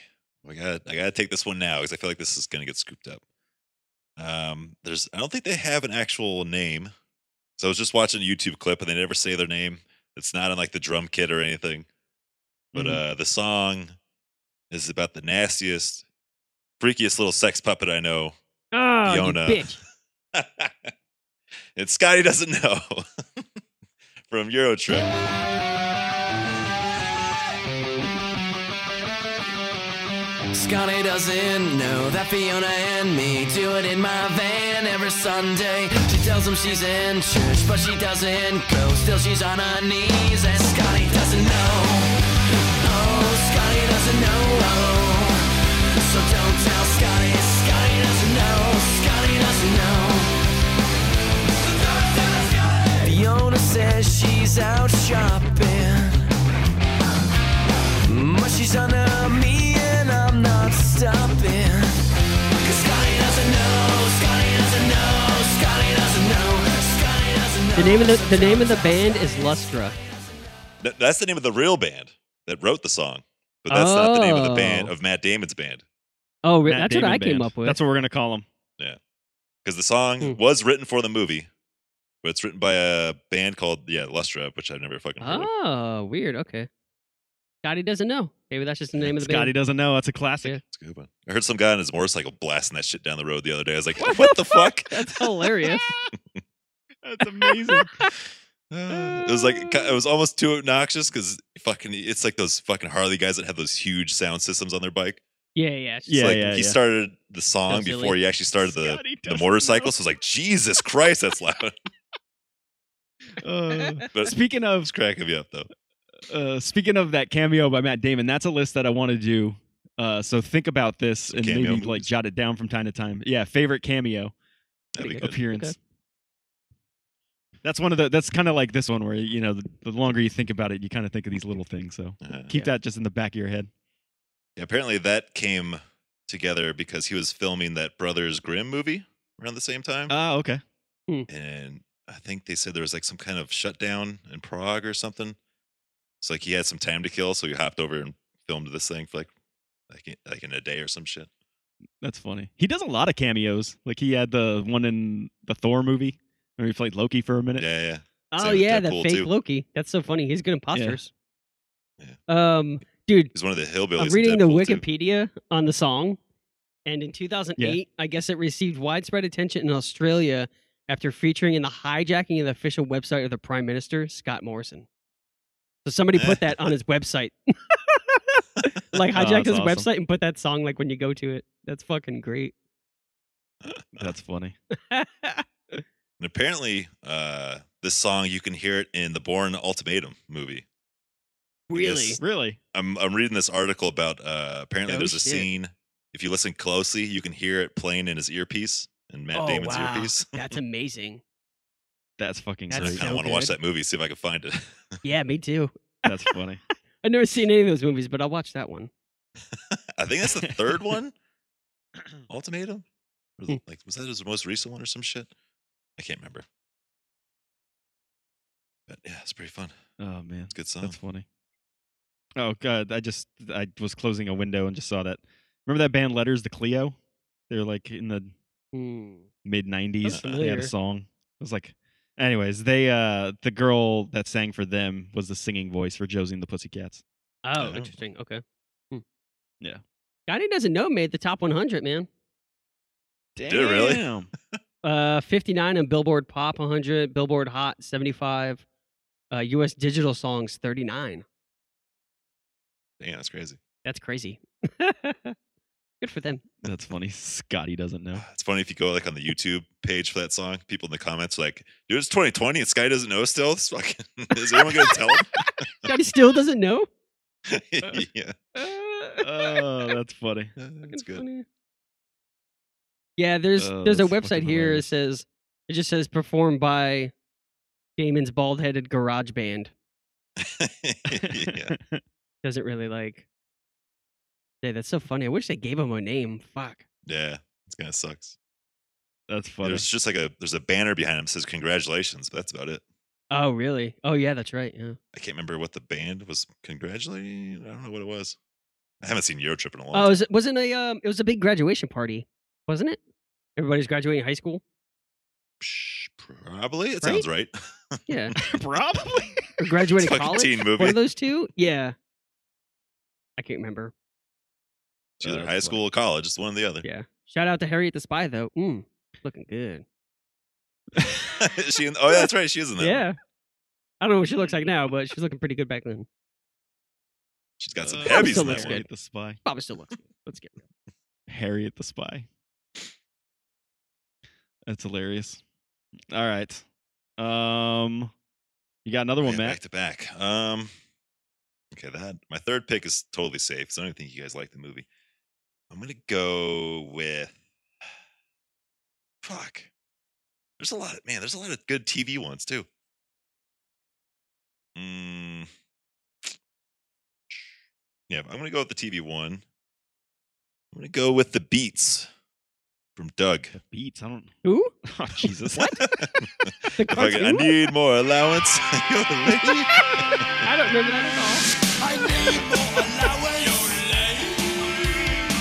Speaker 2: I got I got to take this one now cuz I feel like this is going to get scooped up. Um there's I don't think they have an actual name. So I was just watching a YouTube clip and they never say their name. It's not on like the drum kit or anything. But
Speaker 3: Mhm.
Speaker 2: uh the song is about the nastiest freakiest little sex puppet I know.
Speaker 1: Oh,
Speaker 2: Fiona.
Speaker 1: you bitch.
Speaker 2: and Scotty doesn't know. From Eurotrip.
Speaker 6: Scotty doesn't know that Fiona and me do it in my van every Sunday. She tells him she's in church, but she doesn't go. Still, she's on her knees, and Scotty doesn't know. Oh, Scotty doesn't know. So don't tell Scotty. Scotty doesn't know. Scotty doesn't know. Fiona says she's out shopping.
Speaker 3: Mm.
Speaker 6: But she's under me and I'm not stopping. Cause Scotty doesn't know, Scotty doesn't know, Scotty doesn't know, Scotty doesn't know.
Speaker 1: The name of the the name of the band is Lustra.
Speaker 2: Th- That's the name of the real band that wrote the song. But that's not the name of the band
Speaker 1: Oh.
Speaker 2: of Matt Damon's band.
Speaker 1: Oh, re-
Speaker 3: Matt
Speaker 1: that's
Speaker 3: Damon
Speaker 1: what I came
Speaker 3: Band.
Speaker 1: up with.
Speaker 3: That's what we're gonna call him.
Speaker 2: because the song
Speaker 1: Hmm.
Speaker 2: was written for the movie, but it's written by a band called yeah Lustra, which I've never fucking heard. of.
Speaker 1: oh, weird. Okay. Scotty doesn't know. Maybe that's just the name of the
Speaker 3: Scotty
Speaker 1: band.
Speaker 3: doesn't know. That's a classic.
Speaker 1: Yeah.
Speaker 2: It's a good one. I heard some guy on his motorcycle blasting that shit down the road the other day. I was like, what the fuck?
Speaker 1: That's hilarious.
Speaker 3: That's amazing.
Speaker 2: Uh, It was like it was almost too obnoxious because fucking it's like those fucking Harley guys that have those huge sound systems on their bike.
Speaker 1: Yeah, yeah. it's just
Speaker 2: It's
Speaker 3: Yeah,
Speaker 2: like
Speaker 3: yeah,
Speaker 2: he
Speaker 3: yeah.
Speaker 2: started the song
Speaker 1: That's really-
Speaker 2: before he actually started the
Speaker 3: Scotty
Speaker 2: the
Speaker 3: doesn't
Speaker 2: motorcycle. So it's like Jesus Christ, that's loud.
Speaker 3: Uh,
Speaker 2: But it's
Speaker 3: speaking of
Speaker 2: cracking me up though.
Speaker 3: uh, speaking of that cameo by Matt Damon, that's a list that I want to do. Uh, so think about this and
Speaker 2: cameo
Speaker 3: maybe like
Speaker 2: movies.
Speaker 3: jot it down from time to time. Yeah, favorite cameo
Speaker 2: That'd be
Speaker 1: Pretty
Speaker 2: good.
Speaker 3: appearance.
Speaker 1: Okay.
Speaker 3: That's one of the. That's kind of like this one where you know the, the longer you think about it, you kind of think of these little things. So
Speaker 2: Uh,
Speaker 3: keep that just in the back of your head.
Speaker 2: yeah, apparently that came together because he was filming that Brothers Grimm movie around the same time,
Speaker 1: Uh
Speaker 3: Ah, okay.
Speaker 2: and I think they said there was like some kind of shutdown in Prague or something. So like he had some time to kill, so he hopped over and filmed this thing for like like like in a day or some shit.
Speaker 3: That's funny. He does a lot of cameos. Like he had the one in the Thor movie where he played Loki for a minute.
Speaker 2: Yeah, yeah.
Speaker 1: Oh
Speaker 2: Same with
Speaker 1: yeah, that
Speaker 2: Deadpool,
Speaker 1: fake
Speaker 2: too.
Speaker 1: Loki. That's so funny. He's good in postures.
Speaker 2: Yeah.
Speaker 1: Um, dude,
Speaker 2: He's one of the hillbillies.
Speaker 1: I'm
Speaker 2: in
Speaker 1: reading the
Speaker 2: Deadpool, too.
Speaker 1: Wikipedia on the song, and in 2008, I guess it received widespread attention in Australia after featuring in the hijacking of the official website of the Prime Minister Scott Morrison. So somebody put that on his website, like
Speaker 3: Oh,
Speaker 1: hijacked
Speaker 3: that's
Speaker 1: his
Speaker 3: awesome.
Speaker 1: website and put that song like when you go to it. That's fucking great.
Speaker 3: That's funny.
Speaker 2: And apparently, uh, this song you can hear it in the Born Ultimatum movie.
Speaker 1: really?
Speaker 3: Really?
Speaker 2: I'm I'm reading this article about uh, apparently
Speaker 1: Oh,
Speaker 2: there's a
Speaker 1: shit.
Speaker 2: scene. If you listen closely, you can hear it playing in his earpiece and Matt
Speaker 1: Oh,
Speaker 2: Damon's
Speaker 1: wow.
Speaker 2: earpiece.
Speaker 1: That's amazing.
Speaker 3: That's fucking
Speaker 1: That's
Speaker 2: I
Speaker 3: great.
Speaker 1: so-
Speaker 2: kind of want to watch
Speaker 1: good.
Speaker 2: that movie, see if I can find it.
Speaker 1: Yeah, me too.
Speaker 3: That's funny.
Speaker 1: I've never seen any of those movies, but I'll watch that one.
Speaker 2: I think that's the third one, Ultimatum. Or
Speaker 1: Hmm.
Speaker 2: the- like, was that his most recent one or some shit? I can't remember. But yeah, it's pretty fun.
Speaker 3: Oh man,
Speaker 2: It's a good song.
Speaker 3: that's funny. Oh god, I just I was closing a window and just saw that. Remember that band Letters to Cleo? They were like in the
Speaker 1: Hmm.
Speaker 3: mid '90s. They had
Speaker 1: familiar.
Speaker 3: a song. It was like, anyways, they uh the girl that sang for them was the singing voice for Josie and the Pussycats.
Speaker 1: Oh,
Speaker 2: Oh.
Speaker 1: interesting. Okay. Hmm.
Speaker 3: Uh-huh. Yeah.
Speaker 1: Scotty doesn't know made the top 100, man.
Speaker 3: Damn.
Speaker 2: it really?
Speaker 1: Uh, 59 on Billboard Pop 100, Billboard Hot 75, uh, U.S. Digital Songs 39.
Speaker 2: Damn, that's crazy.
Speaker 1: That's crazy. Good for them.
Speaker 3: That's funny. Scotty doesn't know.
Speaker 2: It's funny if you go like on the YouTube page for that song, people in the comments are like, dude, it's 2020 and Sky doesn't know still. It's fucking, is anyone gonna tell
Speaker 1: Scotty still doesn't know.
Speaker 2: him? yeah,
Speaker 3: oh, Uh, that's funny.
Speaker 2: it's
Speaker 1: Fucking
Speaker 2: good.
Speaker 1: funny. Yeah, there's
Speaker 3: Oh,
Speaker 1: there's a
Speaker 3: that's
Speaker 1: website
Speaker 3: fucking
Speaker 1: here. It
Speaker 3: hilarious.
Speaker 1: says it just says performed by Damon's bald headed garage band.
Speaker 2: yeah,
Speaker 1: Doesn't really like. Yeah, that's so funny. I wish they gave him a name. Fuck.
Speaker 2: yeah, it's kind of sucks.
Speaker 3: That's funny.
Speaker 2: There's just like a there's a banner behind him that says congratulations, but that's about it.
Speaker 1: Oh really? Oh yeah, that's right. Yeah.
Speaker 2: I can't remember what the band was congratulating. I don't know what it was. I haven't seen Eurotrip in a long
Speaker 1: Oh, it
Speaker 2: time.
Speaker 1: was, wasn't a um, it was a big graduation party, wasn't it? Everybody's graduating high school.
Speaker 2: Psh, Probably it sounds right.
Speaker 1: Yeah, or
Speaker 3: Probably.
Speaker 2: It's a
Speaker 1: graduating
Speaker 2: fucking
Speaker 1: college.
Speaker 2: teen movie.
Speaker 1: One of those two. Yeah. I can't remember.
Speaker 2: It's either
Speaker 3: Oh,
Speaker 2: high
Speaker 3: that's
Speaker 2: school or college. It's one or the other.
Speaker 1: uh, Yeah. Shout out to Harriet the Spy though. Mm, looking good.
Speaker 2: she in, oh yeah, that's right. She is in that. one.
Speaker 1: Yeah. I don't know what she looks like now, but she's looking pretty good back then.
Speaker 2: She's got some
Speaker 3: Uh,
Speaker 2: heavies
Speaker 1: still
Speaker 2: in that
Speaker 1: looks
Speaker 2: one.
Speaker 1: good.
Speaker 3: Harriet the spy.
Speaker 1: Probably still looks good. Let's get real.
Speaker 3: Harriet the spy. That's hilarious. All right. Um, you got another one,
Speaker 2: Yeah,
Speaker 3: Matt.
Speaker 2: Back to back. Um, okay, that my third pick is totally safe. 'cause I don't think you guys like the movie. I'm gonna go with. Fuck. There's a lot. Of, man, there's a lot of good TV ones too. Mm. Yeah, I'm gonna go with the TV one. I'm gonna go with the Beats from Doug.
Speaker 3: The beats. I don't.
Speaker 1: Who?
Speaker 3: Oh, Jesus.
Speaker 1: The
Speaker 2: If I, could- I
Speaker 1: cartoon?
Speaker 2: need more allowance.
Speaker 1: I don't remember that at all.
Speaker 4: I need more allowance.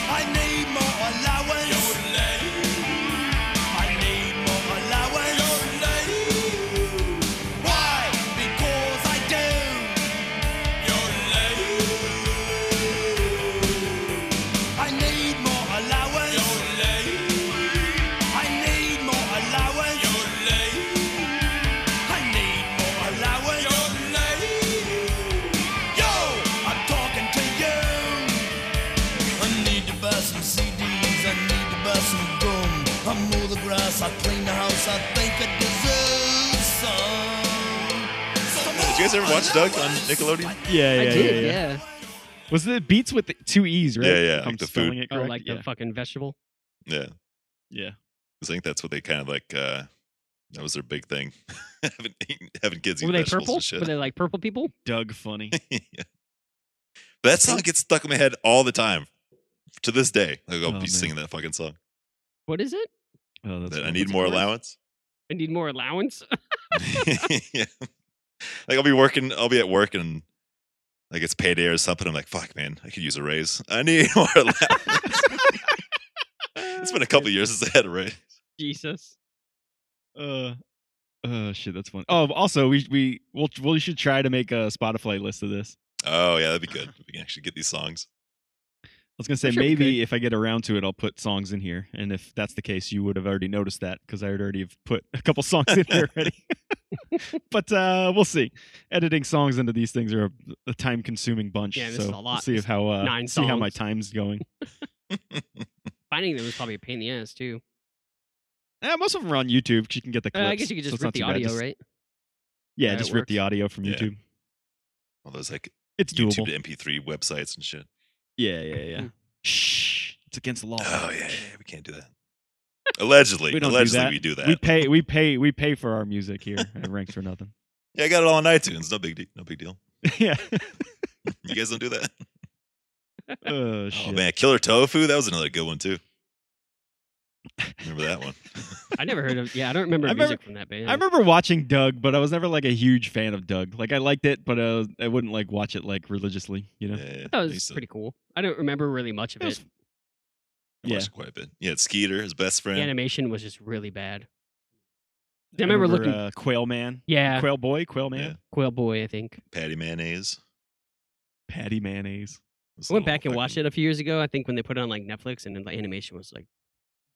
Speaker 4: I need more allowance. I need more allowance. Why? Because I do. I need more allowance. I need more allowance. I need more allowance.
Speaker 2: Did you guys ever watch Doug on Nickelodeon?
Speaker 3: Yeah, yeah,
Speaker 1: I did,
Speaker 3: yeah,
Speaker 1: yeah.
Speaker 3: Was it beats with the two e's, right?
Speaker 2: Yeah, yeah,
Speaker 3: If
Speaker 2: like
Speaker 3: I'm
Speaker 2: the
Speaker 3: spelling
Speaker 2: food.
Speaker 3: it
Speaker 1: Oh,
Speaker 3: correct.
Speaker 1: like
Speaker 3: yeah.
Speaker 1: the fucking vegetable.
Speaker 2: Yeah, 'cause
Speaker 3: yeah.
Speaker 2: I think that's what they kind of like. uh That was their big thing. having, eaten- having kids eat
Speaker 1: Were they
Speaker 2: vegetables
Speaker 1: purple?
Speaker 2: and shit.
Speaker 1: Were they like purple people?
Speaker 3: Doug funny.
Speaker 2: Yeah. But that song gets stuck in my head all the time. To this day, like, I'll
Speaker 3: Oh,
Speaker 2: be
Speaker 3: man.
Speaker 2: singing that fucking song.
Speaker 1: What is it?
Speaker 3: Oh, that's
Speaker 2: That I
Speaker 3: funny.
Speaker 2: need more
Speaker 1: called?
Speaker 2: allowance.
Speaker 1: I need more allowance.
Speaker 2: yeah. Like I'll be working, I'll be at work and like it's payday or something. I'm like, fuck, man, I could use a raise. I need more allowance. it's been a couple years since I had a raise.
Speaker 1: Jesus.
Speaker 3: Uh, uh, shit, that's funny. Oh, also, we we we'll, we should try to make a Spotify list of this.
Speaker 2: Oh yeah, that'd be good. We can actually get these songs.
Speaker 3: I was gonna say
Speaker 1: sure we
Speaker 3: maybe if I get around to it, I'll put songs in here, and if that's the case, you would have already noticed that because I would already have put a couple songs in here already. but uh, we'll see. Editing songs into these things are a, a time-consuming bunch.
Speaker 1: Yeah, this
Speaker 3: so
Speaker 1: is a
Speaker 3: We'll
Speaker 1: lot.
Speaker 3: see if how uh,
Speaker 1: Nine
Speaker 3: see how my
Speaker 1: songs.
Speaker 3: time's going.
Speaker 1: Finding them was probably a pain in the ass too.
Speaker 3: Yeah, most of them are on YouTube 'cause you can get the
Speaker 1: Uh,
Speaker 3: clips.
Speaker 1: I guess you could
Speaker 3: so
Speaker 1: just
Speaker 3: it's not
Speaker 1: rip the
Speaker 3: too bad.
Speaker 1: audio,
Speaker 3: Just-
Speaker 1: right?
Speaker 3: Yeah,
Speaker 1: Yeah, it
Speaker 3: just rip the
Speaker 1: works.
Speaker 3: audio from
Speaker 2: Yeah.
Speaker 3: YouTube.
Speaker 2: All those like
Speaker 3: It's doable.
Speaker 2: YouTube to MP3 websites and shit.
Speaker 3: Yeah, yeah, yeah.
Speaker 1: Hmm.
Speaker 3: Shh, it's against the law.
Speaker 2: Oh yeah, yeah, yeah, we can't do that. Allegedly,
Speaker 3: We don't do
Speaker 2: allegedly
Speaker 3: that.
Speaker 2: we do that.
Speaker 3: We pay, we pay, we pay for our music here at Ranks for Nothing.
Speaker 2: yeah, I got it all on iTunes. No big deal. No big deal.
Speaker 3: yeah.
Speaker 2: You guys don't do that.
Speaker 3: Oh
Speaker 2: Oh
Speaker 3: shit.
Speaker 2: man, Killer Tofu. That was another good one too. Remember that one?
Speaker 1: I never heard of. Yeah, I don't remember
Speaker 3: I
Speaker 1: music
Speaker 3: remember-
Speaker 1: from that band.
Speaker 3: I remember watching Doug, but I was never like a huge fan of Doug. Like I liked it, but uh, I wouldn't like watch it like religiously. You know.
Speaker 2: yeah,
Speaker 1: that
Speaker 2: I
Speaker 1: was
Speaker 2: used to
Speaker 1: pretty cool. I don't remember really much of
Speaker 3: It
Speaker 1: it.
Speaker 3: was-
Speaker 2: watch
Speaker 3: Yeah.
Speaker 2: it quite a bit. Yeah, Skeeter, his best
Speaker 1: The
Speaker 2: friend.
Speaker 1: animation was just really bad. I remember looking-
Speaker 3: uh, Quail Man.
Speaker 1: Yeah,
Speaker 3: Quail Boy, Quail Man,
Speaker 2: Yeah.
Speaker 1: Quail Boy, I think.
Speaker 2: Patty Mayonnaise.
Speaker 3: Patty Mayonnaise.
Speaker 2: This
Speaker 1: I went
Speaker 2: little
Speaker 1: back and watched
Speaker 2: fucking-
Speaker 1: it a few years ago. I think when they put it on like Netflix, and then the animation was like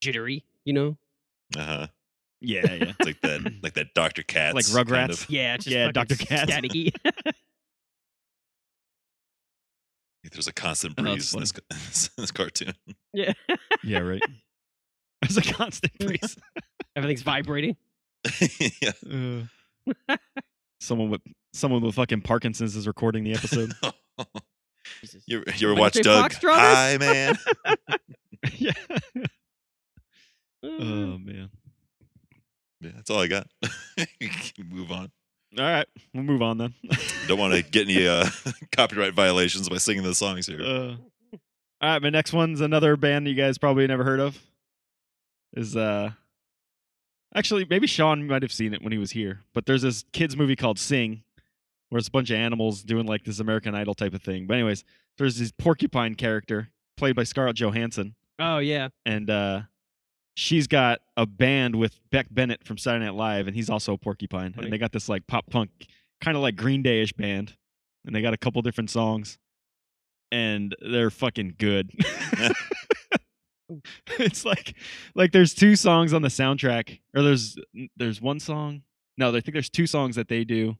Speaker 1: jittery, you know?
Speaker 2: Uh-huh.
Speaker 3: Yeah, yeah.
Speaker 2: It's like that, like that Dr. Katz.
Speaker 3: Like
Speaker 2: kind
Speaker 3: Rugrats?
Speaker 2: of.
Speaker 1: Yeah, it's just
Speaker 3: Yeah,
Speaker 1: fucking
Speaker 3: Dr.
Speaker 1: s-
Speaker 3: Katz.
Speaker 1: staticky.
Speaker 2: Like There's a constant
Speaker 3: Oh,
Speaker 2: breeze
Speaker 3: that's
Speaker 2: in this, in this cartoon.
Speaker 1: yeah,
Speaker 3: yeah, right. There's a constant breeze.
Speaker 1: everything's vibrating.
Speaker 2: yeah.
Speaker 3: Uh, someone with someone with fucking Parkinson's is recording the episode.
Speaker 1: Jesus.
Speaker 2: You ever, you ever
Speaker 1: Like
Speaker 2: watch
Speaker 1: they
Speaker 2: Doug?
Speaker 1: foxtrot us?
Speaker 2: Hi, man.
Speaker 3: yeah.
Speaker 1: Uh,
Speaker 3: Oh man.
Speaker 2: yeah, that's all I got. You can Move on.
Speaker 3: All right, we'll move on then.
Speaker 2: Don't want to get any uh, copyright violations by singing those songs here.
Speaker 3: Uh, all right, my next one's another band you guys probably never heard of. Is uh, actually maybe Sean might have seen it when he was here, but there's this kids movie called Sing, where it's a bunch of animals doing like this American Idol type of thing. But anyways, there's this porcupine character played by Scarlett Johansson,
Speaker 1: oh yeah,
Speaker 3: and uh, she's got a band with Beck Bennett from Saturday Night Live, and he's also a porcupine.
Speaker 1: Funny.
Speaker 3: And they got this like pop punk, kind of like Green Day ish band, and they got a couple different songs, and they're fucking good. it's like, like there's two songs on the soundtrack, or there's there's one song. No, I think there's two songs that they do,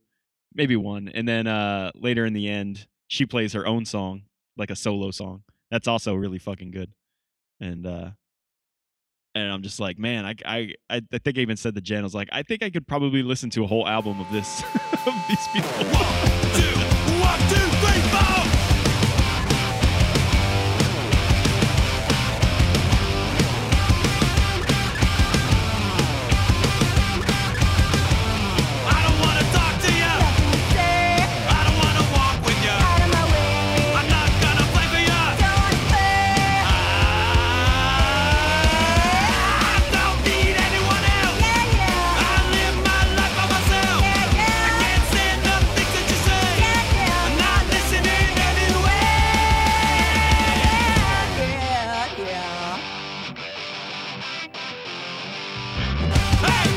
Speaker 3: maybe one, and then uh, later in the end, she plays her own song, like a solo song. That's also really fucking good, and uh, and I'm just like, man, I, I, I I think I even said to Jen, I was like, I think I could probably listen to a whole album of this, of these people.
Speaker 4: I don't wanna talk to you. I don't wanna walk with you. I'm not gonna play for you. I don't need anyone else. I live my life by myself. I can't stand the things that you say. I'm not listening anyway. Hey,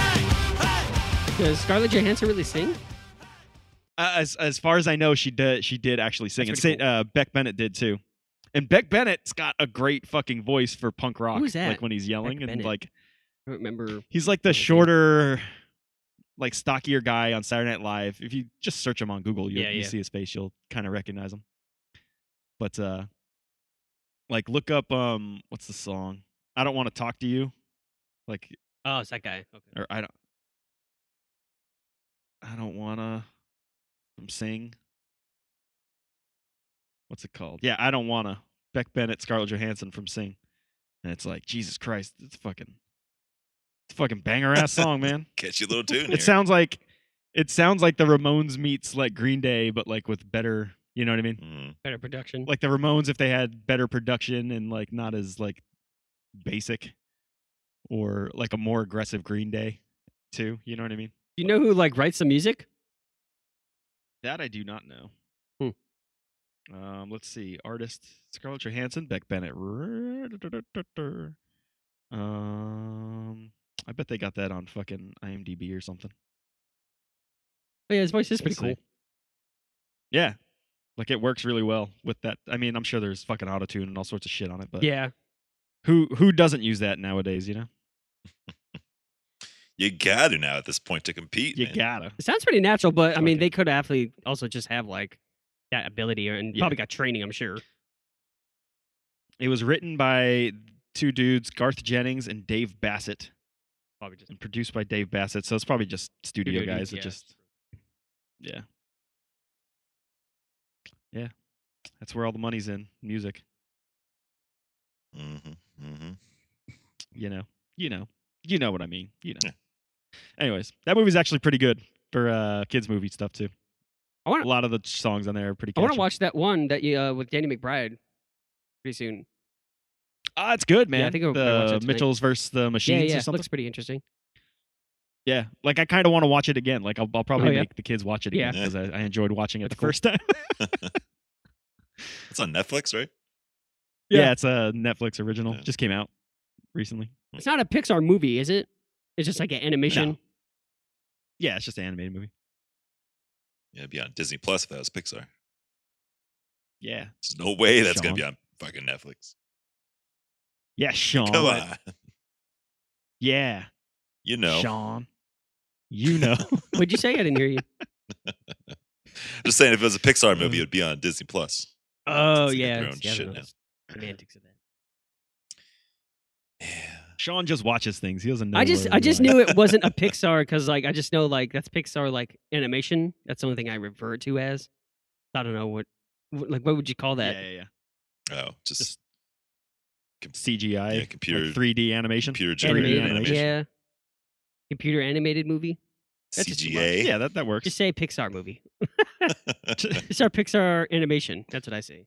Speaker 4: hey, hey, hey.
Speaker 1: does Scarlett Johansson really sing?
Speaker 3: Uh, as as far as I know, she did she did actually sing,
Speaker 1: That's
Speaker 3: and
Speaker 1: pretty
Speaker 3: Sa- uh, Beck Bennett did too. And Beck Bennett's got a great fucking voice for punk rock.
Speaker 1: Who's that?
Speaker 3: Like when he's yelling and
Speaker 1: Bennett.
Speaker 3: like
Speaker 1: I don't remember.
Speaker 3: he's like the
Speaker 1: Who's he?
Speaker 3: shorter, like stockier guy on Saturday Night Live. If you just search him on Google, you
Speaker 1: Yeah,
Speaker 3: you
Speaker 1: yeah.
Speaker 3: see his face, you'll kind of recognize him. But uh, like look up um what's the song? I don't want to talk to you, like
Speaker 1: Oh, it's that guy. Okay.
Speaker 3: or I don't. don't wanna from Sing. What's it called? Yeah, I don't wanna. Beck Bennett, Scarlett Johansson from Sing. And it's like, Jesus Christ, it's fucking it's a fucking banger ass song, man.
Speaker 2: Catchy little tune. here.
Speaker 3: It sounds like it sounds like the Ramones meets like Green Day, but like with better you know what I mean?
Speaker 2: Mm.
Speaker 1: Better production.
Speaker 3: Like the Ramones if they had better production and like not as like basic or like a more aggressive Green Day too. You know what I mean?
Speaker 1: you know who like writes the music?
Speaker 3: That I do not know.
Speaker 1: Hmm.
Speaker 3: Um, let's see. Artist Scarlett Johansson, Beck Bennett. Um, I bet they got that on fucking IMDb or something.
Speaker 1: Oh, yeah, his voice is pretty
Speaker 3: Let's see.
Speaker 1: cool.
Speaker 3: Yeah. Like it works really well with that. I mean, I'm sure there's fucking auto tune and all sorts of shit on it, but
Speaker 1: Yeah,
Speaker 3: who who doesn't use that nowadays, you know?
Speaker 2: You got to now at this point to compete.
Speaker 3: You
Speaker 2: man.
Speaker 3: gotta.
Speaker 1: it sounds pretty natural, but I mean,
Speaker 3: Fucking-
Speaker 1: they could actually also just have like that ability and
Speaker 3: Yeah.
Speaker 1: probably got training. I'm sure.
Speaker 3: It was written by two dudes, Garth Jennings and Dave Bassett,
Speaker 1: Probably just
Speaker 3: and produced by Dave Bassett. So it's probably just studio
Speaker 1: Studio dudes,
Speaker 3: guys. It
Speaker 1: yeah.
Speaker 3: just, yeah, yeah. That's where all the money's in music.
Speaker 2: Mhm, mhm.
Speaker 3: You know, you know, you know what I mean. You know.
Speaker 2: Yeah.
Speaker 3: Anyways, that movie's actually pretty good for uh, kids movie stuff too.
Speaker 1: I wanna-
Speaker 3: a lot of the songs on there are pretty.
Speaker 1: I
Speaker 3: Catchy.
Speaker 1: want to watch that one that you uh, with Danny McBride pretty soon.
Speaker 3: Ah, it's good, man.
Speaker 1: Yeah, I think I- I watched that
Speaker 3: the
Speaker 1: tonight.
Speaker 3: Mitchells versus the
Speaker 1: yeah,
Speaker 3: Machines
Speaker 1: yeah,
Speaker 3: or something.
Speaker 1: looks pretty interesting.
Speaker 3: Yeah, like I kind of want to watch it again. Like I'll, I'll probably
Speaker 1: Oh, yeah?
Speaker 3: make the kids watch it
Speaker 1: Yeah.
Speaker 3: again because I, I enjoyed watching it the
Speaker 1: That's cool.
Speaker 3: first time.
Speaker 2: It's on Netflix, right?
Speaker 3: yeah.
Speaker 1: Yeah.
Speaker 3: it's a Netflix original.
Speaker 2: Yeah.
Speaker 3: Just came out recently.
Speaker 1: It's not a Pixar movie, is it? It's just like an animation.
Speaker 3: Yeah, it's just an animated movie.
Speaker 2: Yeah, it'd be on Disney Plus if that was Pixar.
Speaker 3: Yeah,
Speaker 2: There's no way that's gonna
Speaker 3: Sean.
Speaker 2: be on fucking Netflix.
Speaker 3: yeah, Sean.
Speaker 2: Come on,
Speaker 3: yeah,
Speaker 2: you know.
Speaker 3: Sean. You know,
Speaker 1: What'd you say? I didn't hear you.
Speaker 2: I'm just saying, if it was a Pixar
Speaker 3: Mm-hmm.
Speaker 2: movie, it'd be on Disney Plus.
Speaker 1: oh
Speaker 2: It's like
Speaker 1: yeah,
Speaker 2: their own
Speaker 1: it's- yeah,
Speaker 2: shit
Speaker 1: the
Speaker 2: now.
Speaker 1: semantics of that.
Speaker 2: Yeah,
Speaker 3: Sean just watches things. He doesn't know.
Speaker 1: I just
Speaker 3: what
Speaker 1: I just
Speaker 3: like.
Speaker 1: knew it wasn't a Pixar because like I just know like that's Pixar like animation. That's the only thing I refer to as. I don't know what wh- like what would you call that?
Speaker 3: Yeah, yeah, yeah.
Speaker 2: Oh, just,
Speaker 3: Just CGI,
Speaker 2: Yeah,
Speaker 3: like
Speaker 2: computer-
Speaker 3: 3D animation,
Speaker 2: computer generated
Speaker 1: Animated,
Speaker 2: animation.
Speaker 1: yeah. Computer animated movie. That's just too much.
Speaker 2: CGA.
Speaker 3: Yeah, that that works.
Speaker 1: Just say Pixar movie. It's our Pixar animation. That's what I say.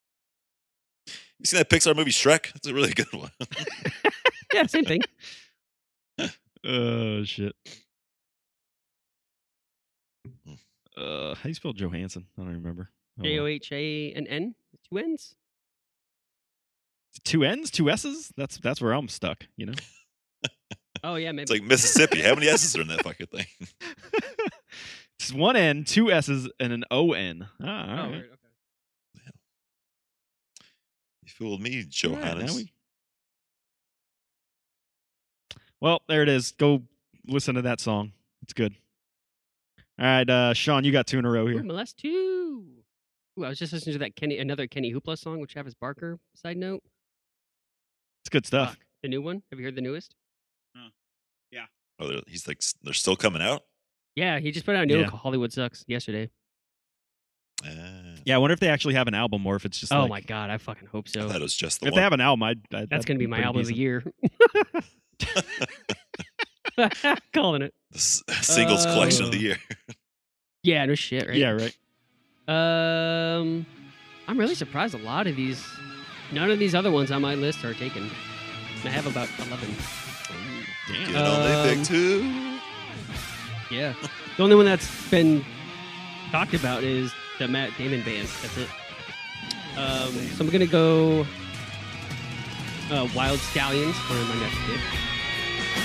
Speaker 2: you seen that Pixar movie Shrek? That's a really good one.
Speaker 1: Yeah, same thing.
Speaker 3: Oh shit.
Speaker 2: Mm.
Speaker 3: Uh, how do you spell Johansson? I don't remember. Oh, well.
Speaker 1: J O H A N N. Two N's.
Speaker 3: Two N's, two S's. That's that's where I'm stuck. You know.
Speaker 1: Oh yeah, maybe.
Speaker 2: It's like Mississippi. How many S's are in that fucking thing?
Speaker 3: it's one N, two S's, and an O N. Ah,
Speaker 1: oh,
Speaker 3: all right.
Speaker 1: right, okay.
Speaker 2: You fooled me,
Speaker 3: All right, now
Speaker 2: Johannes.
Speaker 3: we- Well, there it is. Go listen to that song. It's good. All right, uh, Sean, you got two in a row
Speaker 1: Ooh,
Speaker 3: here.
Speaker 1: my last two. Ooh, I was just listening to that Kenny, another Kenny Hoopla song with Travis Barker. Side note,
Speaker 3: It's good stuff.
Speaker 1: Fuck. the new one. Have you heard the newest?
Speaker 2: Oh, they're, he's like, s- they're still coming out.
Speaker 1: Yeah, he just put out a new one
Speaker 3: Yeah.
Speaker 1: called Hollywood Sucks yesterday.
Speaker 2: Ah,
Speaker 3: Yeah, I wonder if they actually have an album or if it's just.
Speaker 1: oh
Speaker 3: like-
Speaker 1: my god, I fucking hope
Speaker 2: I
Speaker 1: so.
Speaker 2: thought it was just the
Speaker 3: If
Speaker 2: one.
Speaker 3: they have an album, I'd, i
Speaker 1: That's gonna be my album of the year. Calling it.
Speaker 2: the s- singles collection of the
Speaker 3: Oh.
Speaker 2: year.
Speaker 1: Yeah, no shit, right?
Speaker 3: Yeah, right.
Speaker 1: Um, I'm really surprised. A lot of these, none of these other ones on my list are taken. I have about eleven.
Speaker 2: Getting all they
Speaker 1: Um,
Speaker 2: big too.
Speaker 1: Yeah. The only one that's been talked about is the Matt Damon band. That's it. Um, so I'm gonna go uh, Wild Stallions for my next pick.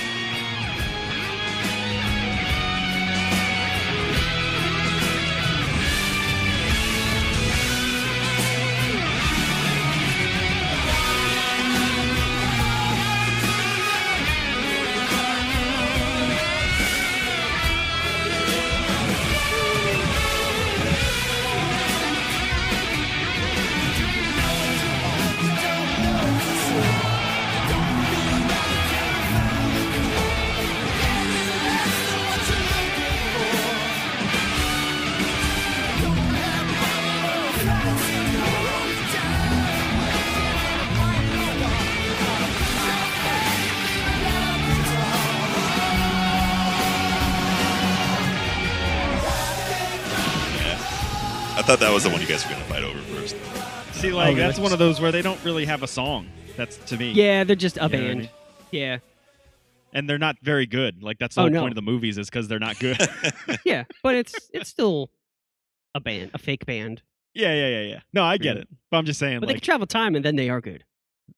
Speaker 5: Don't
Speaker 2: I thought that was the one you guys were gonna fight over first.
Speaker 3: See, like
Speaker 1: Oh,
Speaker 3: that's
Speaker 1: really?
Speaker 3: one of those where they don't really have a song. That's to me.
Speaker 1: Yeah, they're just a
Speaker 3: You know what I
Speaker 1: band.
Speaker 3: mean?
Speaker 1: Yeah,
Speaker 3: And they're not very good. Like that's the
Speaker 1: Oh,
Speaker 3: whole
Speaker 1: no.
Speaker 3: point of the movies is because they're not good.
Speaker 1: yeah, but it's it's still a band, a fake band.
Speaker 3: yeah, yeah, yeah, yeah. No, I get
Speaker 1: Yeah.
Speaker 3: it. But I'm just saying,
Speaker 1: But they
Speaker 3: like,
Speaker 1: can travel time, and then they are good.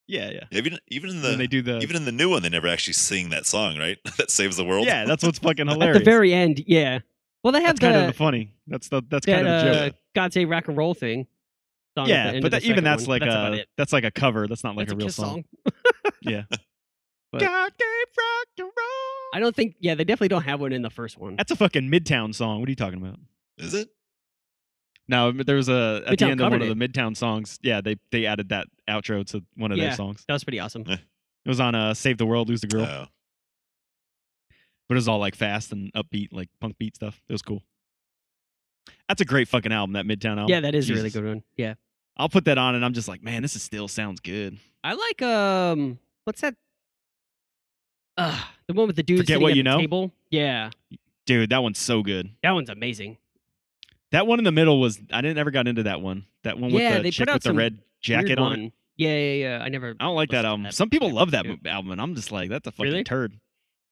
Speaker 3: yeah, yeah.
Speaker 2: Even even in
Speaker 3: When
Speaker 2: the
Speaker 3: they do the,
Speaker 2: even in the new one, they never actually sing that song, right? that saves the world.
Speaker 3: yeah, that's what's fucking
Speaker 1: At
Speaker 3: hilarious.
Speaker 1: the very end, yeah. Well, they have
Speaker 3: that's kind of the
Speaker 1: the,
Speaker 3: funny. That's the that's
Speaker 1: that
Speaker 3: kind of the
Speaker 1: uh,
Speaker 3: joke.
Speaker 1: God Save Rock and Roll thing. song at the
Speaker 3: yeah,
Speaker 1: end
Speaker 3: but
Speaker 1: of the
Speaker 3: that, even
Speaker 1: second
Speaker 3: that's
Speaker 1: one.
Speaker 3: like
Speaker 1: that's about
Speaker 3: a
Speaker 1: it.
Speaker 3: that's like a cover. That's not like
Speaker 1: That's
Speaker 3: a real
Speaker 1: Kiss song.
Speaker 3: Yeah.
Speaker 1: But-
Speaker 3: God gave rock and roll.
Speaker 1: I don't think. Yeah, they definitely don't have one in the first one.
Speaker 3: That's a fucking midtown song. What are you talking about?
Speaker 2: Is it?
Speaker 3: No, but there was a at the
Speaker 1: Midtown
Speaker 3: end of one
Speaker 1: covered
Speaker 3: of the Midtown songs. Yeah, they they added that outro to one of
Speaker 1: Yeah.
Speaker 3: their songs.
Speaker 1: That was pretty awesome.
Speaker 3: It was on uh, "Save the World, Lose the Girl,"
Speaker 2: Oh.
Speaker 3: but it was all like fast and upbeat, like punk beat stuff. It was cool. That's a great fucking album. That Midtown album.
Speaker 1: yeah, that is a really
Speaker 3: Jesus.
Speaker 1: good one. Yeah,
Speaker 3: I'll put that on, and I'm just like, man, this is still sounds good.
Speaker 1: I like um, what's that? Uh, the one with the dude
Speaker 3: Forget
Speaker 1: sitting
Speaker 3: What
Speaker 1: at
Speaker 3: You
Speaker 1: the
Speaker 3: Know?
Speaker 1: table. Yeah,
Speaker 3: Dude, that one's so good.
Speaker 1: that one's amazing.
Speaker 3: That one in the middle was I didn't ever got into that one. That one
Speaker 1: Yeah,
Speaker 3: with
Speaker 1: they
Speaker 3: the
Speaker 1: put
Speaker 3: chick
Speaker 1: out
Speaker 3: with the
Speaker 1: some
Speaker 3: red
Speaker 1: Weird
Speaker 3: jacket on. It. Oh,
Speaker 1: one. Yeah, yeah, yeah. I never
Speaker 3: I don't like
Speaker 1: Listen
Speaker 3: that
Speaker 1: to
Speaker 3: album.
Speaker 1: that
Speaker 3: Some people
Speaker 1: back
Speaker 3: love that
Speaker 1: too.
Speaker 3: mo- album, and I'm just like, that's a fucking
Speaker 1: Really?
Speaker 3: turd.